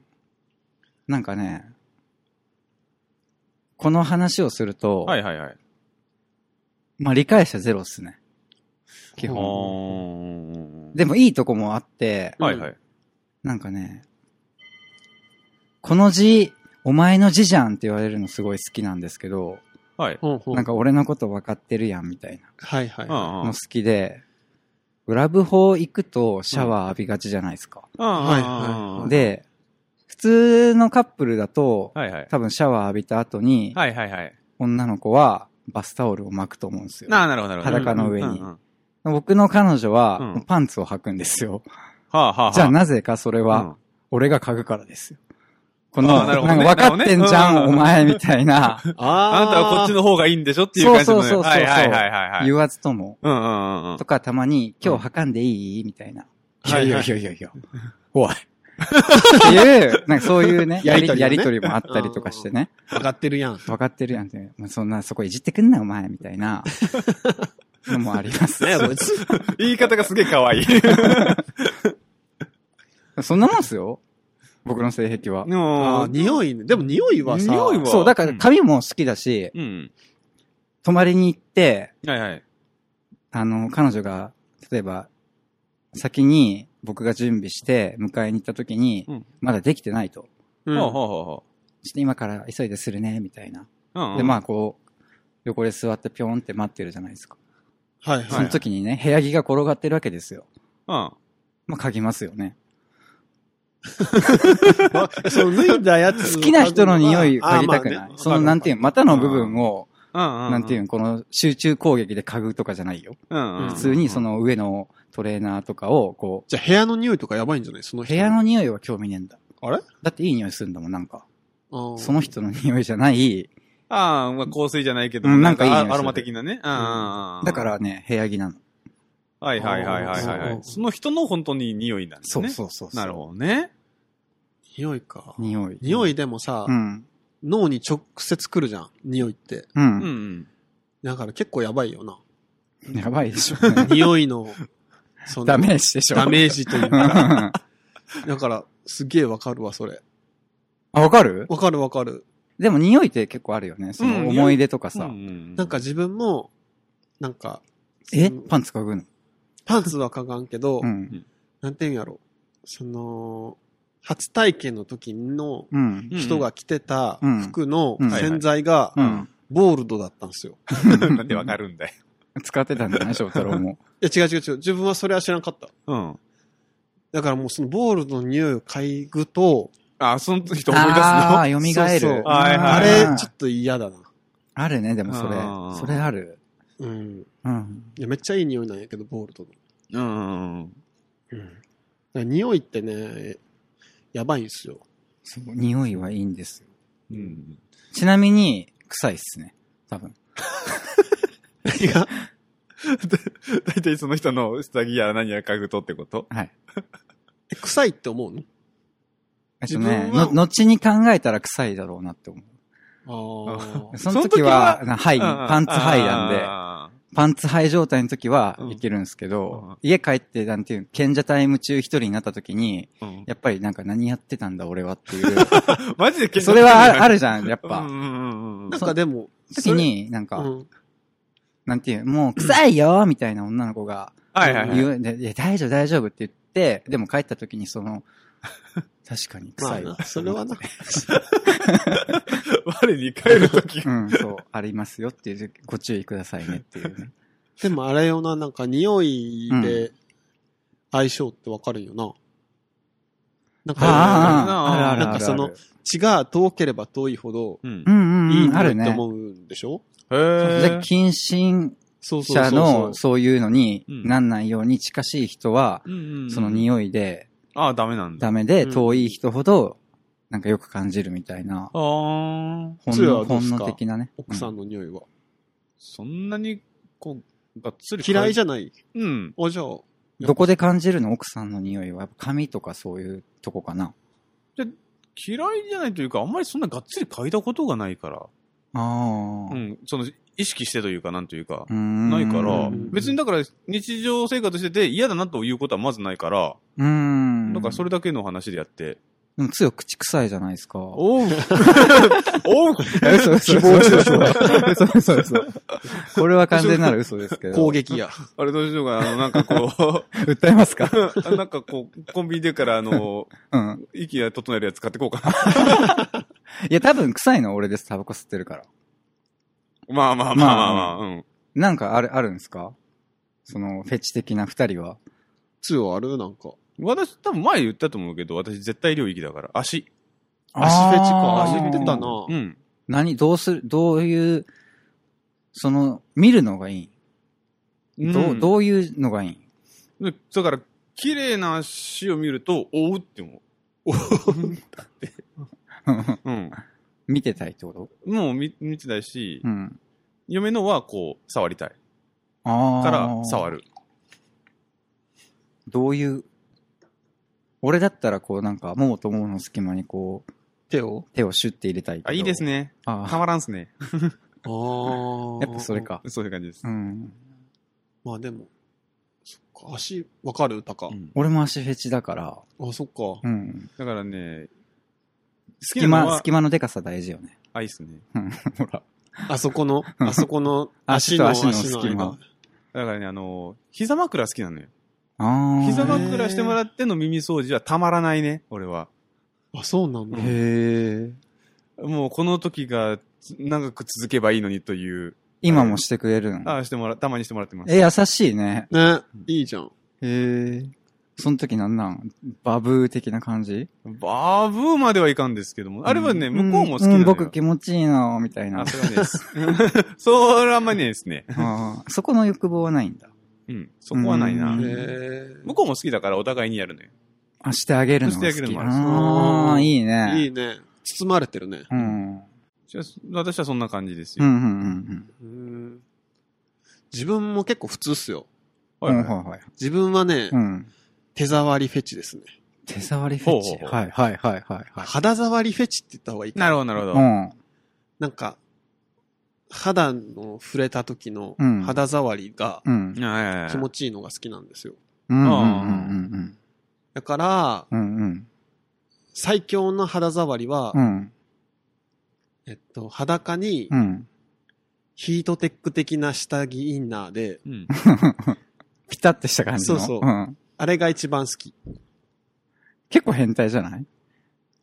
S2: なんかね、この話をすると、
S3: はいはいはい。
S2: まあ理解者ゼロっすね。基
S3: あ
S2: 本。
S3: ー
S2: でもいいとこもあって、
S3: はいはい。
S2: なんかね、この字、お前の字じゃんって言われるのすごい好きなんですけど、
S3: はい。
S4: ほうほう
S2: なんか俺のこと分かってるやんみたい
S4: はいはい。
S3: うん
S4: は
S2: な
S3: うん
S2: の好きで、ラブ法行くとシャワー浴びがちじゃないですか。
S4: はい
S3: うんうんうん、
S2: で、普通のカップルだと、
S3: はいはい。
S2: 多分シャワー浴びた後に、
S3: はいはいはい。
S2: 女の子はバスタオルを巻くと思うんですよ。
S3: なあ、なるほどなるほど。
S2: 裸の上に
S3: うんうんうんは
S2: 僕の彼女は、
S3: うん
S2: パンツを履くんですよ。
S3: あはあはあ。
S2: じゃあなぜかそれは、
S3: うん俺
S2: 俺が嗅ぐからですよ。この、
S3: あーな
S2: な
S3: る
S2: ん
S3: ほどね
S2: か分かってんじゃ
S3: なる
S2: ん、
S3: ほど
S2: お
S3: ね
S2: 前みたいな、
S4: あ
S3: あなたはこっち
S4: の。
S3: の方がいいんでしょっていう感じのね。
S2: そうそうそうそう
S3: はいはいはいはい はい。
S2: 言わずとも。
S3: うんうんうんうん
S2: と。か、たまに、今日はかんでいいみたいな。いやいやいやいや いや。おい。っていう、なんかそういうね、や
S4: やり
S2: り
S4: とりをね
S2: やりとりもあったりとかしてね。
S4: 分かってるやん。
S2: 分かってるやんって、まあ、そんなそこいじってくんな、お前みたいな、のもあります。
S4: ねこいつ。
S3: 言い方がすげえ 可愛い。
S2: そんなもんっすよ。僕の性癖は。
S4: あ
S3: の
S4: ー匂いね。でも匂いはさ。
S3: 匂いは
S2: そう、だから髪も好きだし、
S3: うん。
S2: 泊まりに行って、
S3: はいはい。
S2: あの、彼女が、例えば、先に僕が準備して迎えに行った時に、
S3: うん
S2: まだできてないと。
S3: ほ
S4: う
S3: うんほうほうほ
S2: ちょっと今から急いでするね、みたいな。
S3: ううんうん。
S2: で、まあこう、横で座ってぴょんって待ってるじゃないですか。
S4: はいは
S2: その
S4: い。
S2: 時にね、部屋着が転がってるわけですよ。
S3: あ、
S2: まあ、嗅ぎますよね。
S4: あその脱いだやつ。
S2: 好きな人の匂い嗅ぎたくない。
S4: あーまあね
S2: その、なんていうの、股の部分を、
S3: うんうん。
S2: なんていうの、この集中攻撃で嗅ぐとかじゃないよ。
S3: うんうん。
S2: 普通にその上のトレーナーとかを、こ
S4: じゃあ部屋の匂いとかやばいんじゃないその
S2: う、
S4: 人
S2: 部屋の匂いは興味ねえんだ。
S4: あれ
S2: だっていい匂いするんだもん、なんか。
S4: あー
S2: その人の匂いじゃない。
S3: ああ、まあ、香水じゃないけど、
S2: うんなんかいい匂いする
S3: アアロマ的なね。ああ
S2: だか、らね、部屋着なの。
S3: はいはいはいはいはいはい。
S4: そう
S3: その人の本当に匂いなんですね。
S2: うそう
S3: なるほどね。
S4: 匂いか。
S2: 匂い。
S4: 匂
S2: い。
S4: いでもさ
S2: う、ん。
S4: 脳に直接来るじゃん。匂いって。
S2: う。
S3: うんん
S4: だから結構やばいよな。
S2: やばいでし ょ、ね。
S4: 匂 いの、その
S2: ダメージでしょ。
S4: ダメージという
S2: あ、
S4: か。だから、すげえわかるわ、それ。
S2: わかる
S4: わかるわかる。
S2: でも匂いって結構あるよね。その思い出とか
S3: うん。
S2: さ。
S3: うん
S4: なんか、自分も、なんか、
S2: え
S4: うん
S2: パンツ嗅ぐの
S4: パンツはかがんけど、
S2: うん。
S4: なんていうんやろ。その、初体験の時の
S2: うん。
S4: 人が着てた
S2: うん
S4: 服の
S2: うん
S4: 洗剤が
S2: う、ん。
S4: ボールドだったんですよ。
S3: なんでわかるんだよ。
S2: 使ってたんじゃない翔太郎 も。
S4: いや、違う違う違う。自分はそれは知らんかった。
S3: うん。
S4: だからもうそのボールドの匂いを嗅ぐと、
S3: あ、その人思い出すの
S2: ああ、蘇る。
S4: そうそう
S3: はいはい
S4: あ
S2: あ
S4: れ
S2: れ、
S4: ちょっと嫌だな。
S2: あるね、でもそれ
S3: うん。
S2: それある。
S4: うん。
S2: うん。
S4: いや、めっちゃいい匂いなんやけど、ボールドの。
S3: うんうんうん。
S4: うん。だから匂いってね、やばいんすよ。
S2: そう匂いはいいんですよ。
S3: うん。
S2: ちなみに、臭いっすね。多分。
S4: 何が
S3: だいたいその人の下着や何やかぐとってこと
S2: はい。
S4: え臭いって思うの
S2: えっと
S3: 自
S2: ね、
S3: 分は
S2: の、後に考えたら臭いだろうなって思
S4: あ
S2: う。
S4: あ。
S2: その時は、
S3: そ
S2: なはい、パンツはいなんで、
S3: で。
S2: パンツハイ状態の時は
S3: うん
S2: いけるんですけ
S3: う
S2: ど
S3: ん、
S2: 家帰って、なんていう、賢者タイム中一人になった時に、
S3: うん
S2: やっぱりなんか何やってたんだ俺はって いう。
S3: マジで
S2: それはああ
S3: る
S2: るじゃん、やっ
S3: うん
S2: ぱ。
S3: うんうんうん
S4: なんかでも、
S2: 時に、なん
S4: う
S2: か、
S4: ん。
S2: なんていう、もう臭いよーみたいな女の子が
S3: はいはいは い。
S2: 言う、でいや、大丈夫大丈夫って言って、でも帰った時にその、 確かに
S4: ま
S2: 臭
S4: あ
S2: いわ
S4: な、。それはな。
S3: 我に帰るとき。
S2: うん、そう、ありますよっていう、ご注意くださいねっていう ね。
S4: でもあれよな、なんか匂いで相性ってわかるよな。なんか、
S2: ああ、あるあるあるある。
S4: なんかその血が遠ければ遠いほど
S3: うん
S2: う。んうん
S4: いい
S2: うん、あ
S4: な
S2: る
S4: って
S2: ね。
S4: 思うんでしょ
S3: へ
S2: で、
S3: ぇ
S2: 近親
S4: そうそうそ
S2: 者
S4: うそう
S2: の。そういうのに
S3: うん
S2: なんないように近しい人は、その
S3: い。
S2: 匂いで
S3: ああ、ダメなんだ。
S2: ダメで、
S4: うん
S2: 遠い人ほど、なんかよく感じるみたいな、
S3: あー
S2: 本
S4: つやは
S2: 能
S4: どう
S2: 本
S4: すか
S2: 能的なね。
S4: 奥さ
S2: うん
S4: の匂いは。
S3: そんなに、こう、がっつり。
S4: 嫌いじ
S3: ゃ
S4: ゃない。
S3: ん。うん。
S4: あ、じゃあ、
S2: んどこで感じるの奥さんの匂いは、やっぱ髪とかそういうとこかな。
S3: 嫌いじゃないというか、あんまりそんながっつり嗅いだことがないから。
S2: ああ。
S3: うん。その、意識してというか、なんというか。
S2: うーん
S3: ないから
S2: う
S4: うん、
S3: 別にだから日常生活してて嫌だなということはまずないから、
S2: ーん。
S3: だからそれだけの話でやって。
S2: でも、つよ口臭いじゃないですか。
S3: おう おう
S2: 嘘嘘嘘嘘嘘嘘嘘嘘これは完全なら嘘ですけど。
S4: 攻撃 や。
S3: あれどうしようかな、あの、なんかこ
S2: 訴えますか
S3: う、なんかこう、コンビニでからあの、
S2: うん。
S3: 息が整えるやつ買ってこうかな。
S2: いや、多分臭いのは俺です。タバコ吸ってるから。
S3: まあまあまあまあまあ、うん。
S2: なんかある、あるんですかその、フェチ的な二人は。
S4: 強はあるなんか。
S3: 私、多分前言ったと思うけど、私絶対領域だから、足。
S4: 足フェチか。
S2: あー
S4: 足言ってたな。
S3: うん。
S2: 何どうする、どういう、その、見るのがいい、どう、
S3: う
S2: どういうのがいい
S3: んだから、綺麗な足を見ると、おうって思う。うん。
S2: 見てたいってこと
S3: もう見見てないし、
S2: うん。
S3: 嫁のはこう、触りたい。
S2: ああ。
S3: から、触る。
S2: どういう、俺だったらこうなんか、ももとももの隙間にこう、
S4: 手を
S2: 手をシュッて入れたいけど
S3: あ、いいです。ね。た
S2: あ
S3: まらんっすね。
S4: ああ
S2: あ。。やっぱそれ。か。
S3: そういう感じです
S2: う。ん。
S4: まあでも、そっか、足、わかる高。
S3: うん
S2: 俺も足フェチだから、
S4: あ、そっか。
S2: うん。
S3: だからね、好き
S2: 隙
S3: なの
S2: 間、
S3: は、
S2: 隙間のデカさ大事よね。
S3: あ、いいっすね。
S2: うんほら。
S4: あそこの、あそ この、
S2: 足
S4: 足
S2: と
S4: の、
S2: 足の
S4: 足の
S2: 隙間
S4: 間。
S3: だからね、あの、膝枕好きなのよ。
S2: ああ。
S3: 膝枕してもらっての耳掃除はたまらないね、俺は。
S4: あ、そうなんだ。
S2: へえ。
S3: もうこの時がつ長く続けばいいのにという、
S2: 今もしてくれるの
S3: あ、してもら、たまにしてもらってます。
S2: え、優しいね。
S4: ね、いいじゃん。
S2: へえ。その時なんなんバブー的な感じ
S3: バブーまではいかんですけども、あれはね、向こうも好
S2: ん
S3: きなの
S2: ん
S3: よ。
S2: 僕気持ちいいなみたいな
S3: あ、。それはね、 すそれはあんまりねですね。
S2: あーそこの欲望はないんだ。
S3: うん、そこはないな。
S2: うん
S4: へ
S3: 向
S4: え。
S3: こうも好きだからお互いにやるのよ。
S2: あ、してあげるのが好き。
S3: してあげるのが
S2: あ
S4: 好
S2: あ、
S4: き
S2: いいね。
S4: いいね。包まれてるね。
S2: うん。うん
S3: じゃあ私はそんな感じです
S2: うんう
S3: よ。
S2: んうん。
S4: うん自分も結構普通っすよ。
S2: はいは
S3: は
S2: い
S3: いはい
S2: はい。
S4: 自分はね
S2: う、ん。
S4: 手触りフェチですね。
S2: 手触りフェチ。
S3: ほうほうほう
S2: はいはいはいはいはい。
S4: 肌触りフェチって言った方がいいか
S3: なるほど、なるほど。
S2: うん。
S4: なんか、肌の触れた時の
S2: うん
S4: 肌触りが
S2: うん。
S3: 気
S4: 気持
S3: 持ち
S4: ちいいのが好きなんですよ。
S2: うんうんうん
S4: だから、
S2: うんうん。うんうん。
S4: 最強の肌触りは
S2: う、ん。
S4: えっと、裸に
S2: うん。
S4: ヒートテック的な下着インナーで、
S3: うん。
S2: ピタってした感じの。
S4: そうそうんあれが一番好き。
S2: 結構変態じゃない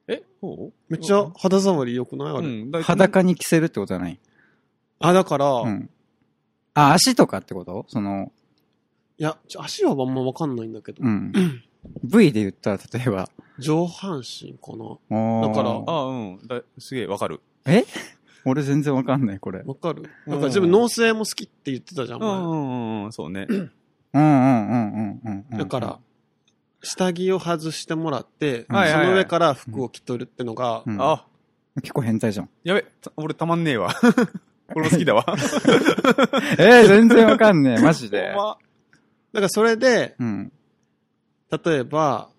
S3: えほ
S4: めっちゃ肌触り良くないあ
S3: う
S4: れ。
S3: うん。だ
S2: 裸に着せるってことはない。
S4: あ、だから、
S2: うん。あ、足とかってことその、
S4: いや、ちょ足はあんまわかんないんだけど、
S2: うん。V で言ったら例えば。
S4: 上半身かな。
S2: だ
S4: だから
S3: あうん。だすげえ、わかる。
S2: 俺全然わかんない、これ。
S4: わかるなんか自分脳性も好きって言ってたじゃん、
S3: うんう
S4: 前
S3: んうんうん、そうね。
S2: うんうんうんうんうんうん。
S4: だから、、下着を外してもらって、
S2: はい
S3: はいはい
S4: その上から服を着とるってのが、
S2: うん
S3: あ、
S2: 結構変態じゃん。
S3: やべ、た俺たまんねえ わ。俺も好きだわ。
S2: えー、全然わかんねえ、マジで
S3: ほ。んま
S4: だからそれで、
S2: うん。
S4: 例えば、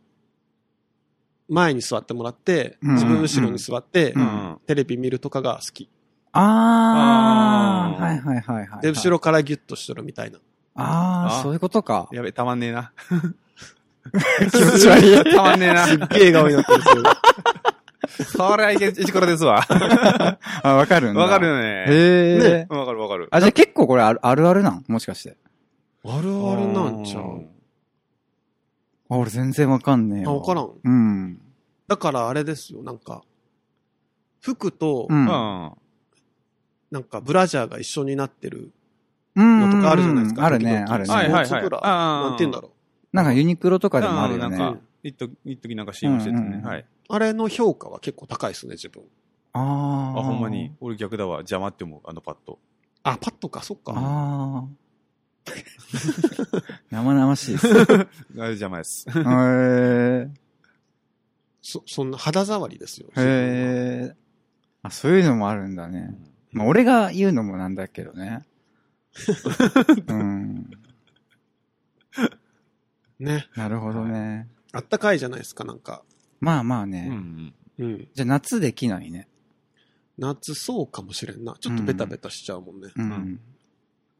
S4: 前に座ってもらって、
S2: うん
S4: 自分後ろに座って、
S2: うん
S4: テレビ見るとかが好き。
S2: あー、
S3: あー
S2: はいはいはいはい。
S4: で、後。ろからギュッとしてるみたいな。
S2: あー、
S3: あ
S2: そういうことか。
S3: やべ、たまんねえな。
S4: 気持ち悪い。
S3: たまんねえな。
S4: すっげえ笑顔になってるんですよ。
S3: それはいけ、いちこらですわ。
S2: あ、わかるんだ。
S3: わかるよね。
S2: へえ。
S3: うんわかるわかる。
S2: あ、じゃあ結構これあるあるあるなんもしかして。
S4: あるあるなんちゃう
S2: あ、俺全然わかんねえ
S4: あ、
S2: わ。
S4: わからん。
S2: うん。
S4: だからあれですよ、なんか、服と
S2: う、ん。
S3: うん。
S4: なんかブラジャーが一緒になってる、
S2: うん
S4: のとかあるじゃないですか
S2: あるね、
S4: 時々
S2: ある
S4: は
S2: ね。
S4: いスポーツブラなんて言うんだろう。
S2: なんかユニクロとかでもあるよ
S3: うんな
S2: ね
S3: ん。か、一時、一時なんか CM してた
S2: うんうんう
S3: ね
S2: ん。
S3: はい。
S4: あれの評価は結構高いですね、自分。
S2: あ
S3: あ、
S2: ー。
S3: ほんまに。。俺逆だわ。邪魔って思う、あのパッド。
S4: あ、パッとか、そっか。
S2: あー。生々 しいです。へ
S3: あれ邪魔です。
S2: ー。
S4: そ、そんな肌触りですよ。自分は
S2: へー。あ、そういうのもあるんだね。まあ、俺が言うのもなんだけどね。うん。
S4: ね。
S2: なるほどね。
S4: あったかいじゃないですか、なんか。
S2: まあまあ
S3: う
S2: ね。
S3: ん。
S4: うん。
S2: じゃあ夏できないね。
S4: 夏そうかもしれんな。ちょっとベタベタしちゃうもんね。
S2: うん。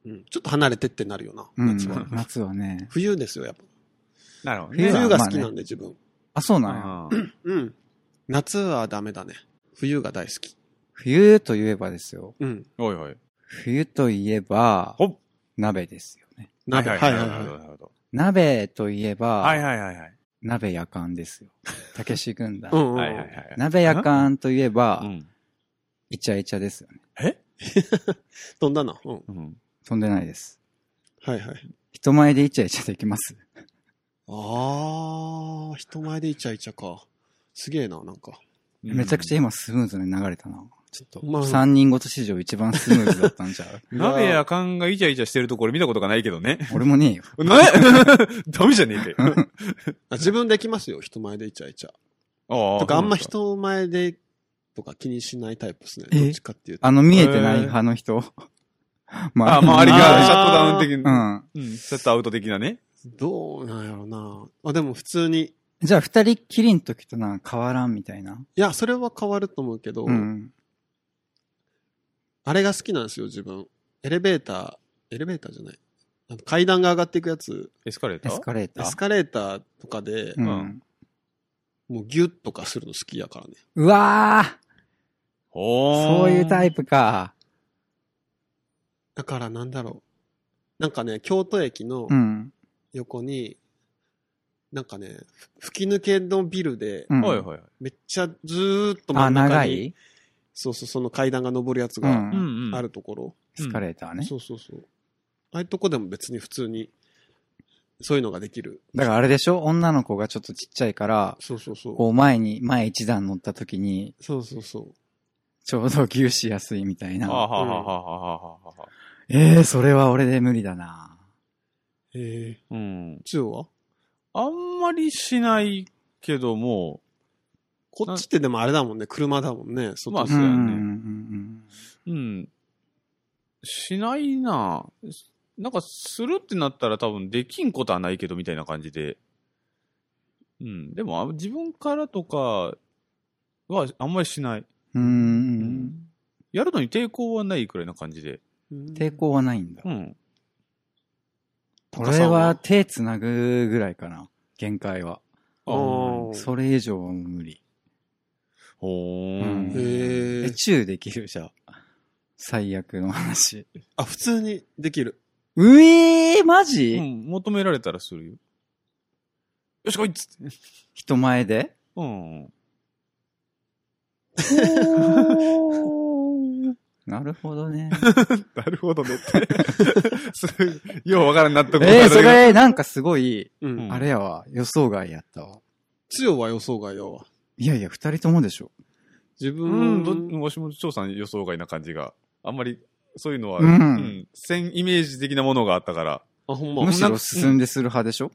S4: うん。ちょっと離れてってなるよな、
S2: うん
S4: 夏は。
S2: 夏はね。
S4: 冬ですよ、やっぱ。
S3: なるほど
S2: 冬
S3: ね。
S4: 冬が好き
S2: ま
S4: な
S2: あ
S4: んで、自分。
S2: あ、そうなんや。
S3: うん
S4: うん。夏はダメだね。冬が大好き。
S2: 冬といえばですよ。
S4: うん。
S3: おいおい。
S2: 冬といえば
S3: ほっ、
S2: 鍋ですよね。
S4: 鍋。
S3: はいはいはいはい。なるほど
S2: 鍋といえば、
S3: はいはいはいはい。
S2: 鍋やかんですよ。たけし軍団。
S4: うんうんうん。
S3: はいはいはい。
S2: 鍋やかんといえば、
S3: うん。
S2: イチャイチャですよね。
S4: 飛んだな。うん。
S3: うん。
S2: 飛んでないです。
S4: はいはい。
S2: 人前でイチャイチャできます。
S4: あー、人前でイチャイチャか。すげえな、なんか。
S2: めちゃくちゃ今スムーズに流れたな。ちょっと、
S4: まあ
S2: 3人ごと史上一番スムーズだったんちゃう
S3: 鍋やかんがイチャイチャしてるところ見たことがないけどね。
S2: 俺もねえよ。
S3: な ダメじゃねえって。
S4: あ自分できますよ、人前でイチャイチャ。
S3: あ
S4: とか、あんま。人前でとか気にしないタイプですね。
S2: え
S4: どっちかっていうと。
S2: あの見えてない派の人。ま
S3: あ、まあ、ありが、シ
S4: あー
S3: ャットダウン的な。
S2: うん。
S3: うん。シャットアウト的なね。
S4: どうなんやろうな。あ、でも普通に。
S2: じゃあ二人っきりの時となんか変わらんみたいな。
S4: いや、それは変わると思うけど、
S2: うん。
S4: あれが好きなんですよ、自分。エレベーター、エレベーターじゃない。あの階段が上がっていくやつ、
S3: エスカレータ
S2: エ
S3: ー
S2: スカレータ
S4: エ
S2: ー
S4: ス。カレーターとかで、
S2: う。
S3: うん
S4: もうギュッとかするの好きやからね。
S2: うわー
S3: おー
S2: そういうタイプか。
S4: だからなんだろう。なんかね、京都駅の
S2: うん。
S4: 横に、なんかね、ふ吹き抜けのビルで、
S2: うん
S3: はいはいはい。
S4: めっちゃずーっと真
S2: あ、
S4: ん中
S2: 長
S4: に、
S2: い
S4: そうそう、その階段が登るやつ
S2: う
S4: が
S2: ん。
S3: ん
S4: あるところ。
S2: エスカレーターね。
S4: そうそうそう。ああいうとこでも別に普通に、そういうのができる。
S2: だからあれでしょ女の子がちょっとちっちゃいから、
S4: そうそうそう。
S2: こう前に、前一段乗った時に、
S4: そうそうそう。
S2: ちょうど牛しやすいみたい
S3: あー
S2: な。
S3: ははははははは。
S2: ええー、それは俺で無理だな。
S4: えー、
S3: うん。
S4: 中は
S3: あんまりしないけども、
S4: こっちってでもあれだもんね、車だもんね。
S3: まあ
S4: 外
S3: そうやね
S2: んん
S3: うん。しないななんか、するってなったら多分できんことはないけど、みたいな感じで。うん。でも、あ自分からとかはあんまりしない。
S2: うんうん。うんうんうん。
S3: やるのに抵抗はないくらいな感じで。
S4: うん
S2: 抵抗はないんだ。
S3: うん。
S4: 高
S2: 俺
S4: さ
S2: は手つなぐぐらいかな。限界は。
S4: あ
S3: お
S4: ー
S2: それ以上は無理。
S3: ほー
S2: うん
S3: ん。
S4: へ
S2: え、
S4: ー
S2: チューできるじゃん。最悪の話。
S4: あ、普通にできる。
S2: うえー、マジ、
S3: うん。求められたらするよ。よし、こいっつって。
S2: 人前で
S3: うん。
S2: なるほどね。
S3: なるほどね って。すようわからん納得
S2: えー、それ、なんかすごい、
S4: うん。
S3: うん
S2: あれやわ、予想外やったわ。
S4: 中は予想外やわ。
S2: いやいや、二人ともでしょ。
S4: 自
S3: うん、
S4: 分、
S3: ど、わしも翔さん予想外な感じが。あんまり、そういうのは、
S2: うん
S3: 線イメージ的なものがあったから。
S4: あ、ほん
S2: む
S4: ま。
S2: しろ進んでする派でしょ、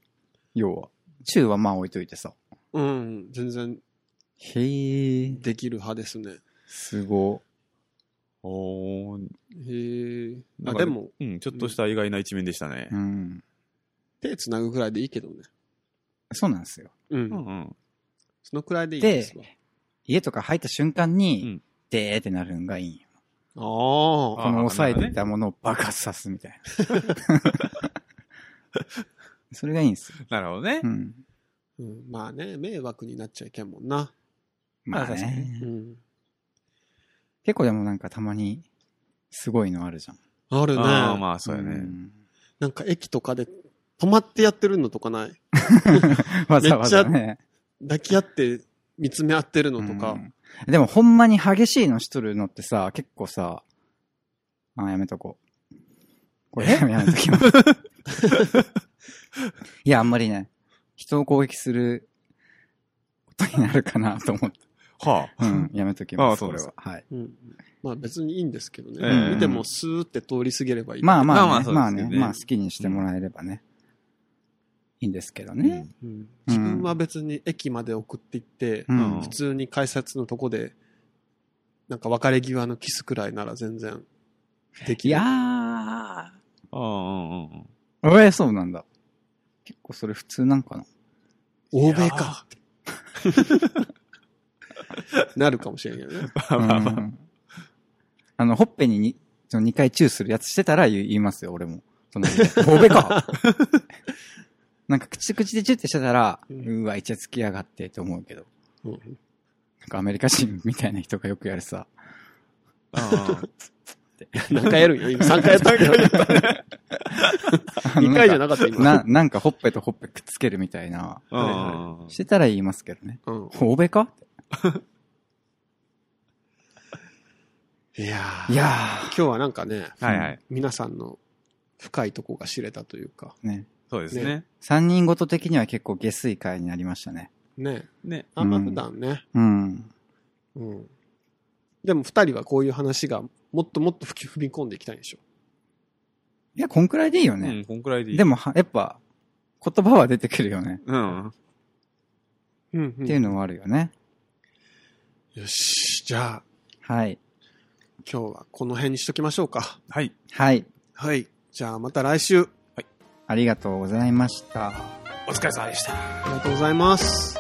S2: 要は。中はまあ置いといてさ。
S4: うん、全然
S2: へえ。
S4: できる派ですね。
S2: すご。
S6: おー
S4: へえ。
S6: な
S4: あ、
S6: んか
S4: でも、
S6: うん、ちょっとした意外な一面でしたね
S2: う。ん。
S4: 手繋ぐくらいでいいけどね。
S2: そうなんですよ。
S4: う。
S6: うんん
S4: そのくらいでいいですわ。
S2: 家とか入った瞬間に、
S6: うん
S2: でーってなるんがいいんよ。
S4: ああ。
S6: あ
S2: この抑えて
S6: なん
S2: いたものを爆発さすみたいな。 それがいいんですよ
S6: う。ん。なるほどね
S2: う。ん。
S4: うんまあね、迷惑になっちゃいけんもんな。
S2: ま
S6: ま
S2: あ
S6: あ確か
S2: ね
S4: う。ん。
S2: 結構でもなんかたまに、すごいのあるじゃん。
S4: あるね。
S6: ああ、まあ、そうやね。
S2: ん
S4: なんか駅とかで止まってやってるのとかない
S2: わざわざね。
S4: 抱き合って見つめ合ってるのとか。
S2: うんでもほんまに激しいのしとるのってさ、結構さ、あーやめとこう。これやめやめときます。いや、あんまりね、人を攻撃することになるかなと思って。
S6: はあ。
S2: うん、やめときま
S6: あー
S2: す、
S6: そう
S2: こ
S6: で
S2: れ
S6: す
S2: は。はい。
S4: うんまあ別にいいんですけどね。
S6: ええ
S4: 見てもスーって通り過ぎればいい。
S2: まあまあ、
S6: まあまあ
S2: ね
S6: そう
S2: ま
S6: で
S2: あ
S6: すけど
S2: ね
S6: ね
S2: まあ好きにしてもらえればね。いいんですけどね。
S4: うん自分は別に駅まで送っていって、
S2: うん。
S6: うん
S4: 普通に改札のとこで、なんか別れ際のキスくらいなら全然でき
S2: い
S4: る。
S2: やー。
S6: ああ、うんうんうん。
S2: ええ、そうなんだ。結構それ普通なんかな。
S4: 欧米かって。なるかもしれんけどね。
S6: まあまあ
S2: うんあの、ほっぺににその2回チューするやつしてたら言い言いますよ、俺も。その、ほべか なんか、口口でチューってしてたら、う
S4: うん
S2: わ、イチャつきやがってって思うけど。
S4: うん
S2: なんかアメリカ人みたいな人がよくやるさ。
S6: あ
S4: 何回やるんよ今3回やったけど。2回じゃなかった今。
S2: な、なんかほっぺとほっぺくっつけるみたいな。
S6: あうんうんうん
S2: してたら言いますけどね。
S4: うん
S2: ほべか
S4: いやー
S2: いや
S4: 今日はなんかね、
S6: はいはい。
S4: 皆さんの深いとこが知れたというか、
S2: ー。ね。
S6: そうですね。
S2: 三人ごと的には結構下水会になりましたね。
S4: ね、
S6: ね。
S4: あんま普段ね、
S2: うん。
S4: うん。でも二人はこういう話がもっともっと吹き踏み込んでいきたいんでしょ。
S2: いや、こんくらいでいいよ
S6: う
S2: ね。
S6: ん、こんくらいでいい。
S2: でもは、やっぱ、言葉は出てくるよね。
S6: うん。
S4: うん、
S2: っていうのはあるよね。
S4: よし、じゃあ
S2: はい。
S4: 今日はこの辺にしときましょうか。
S6: はい。
S2: はい。
S4: はい。じゃあまた来週。
S2: ありがとうございました。
S6: お疲れ様でした。
S4: ありがとうございます。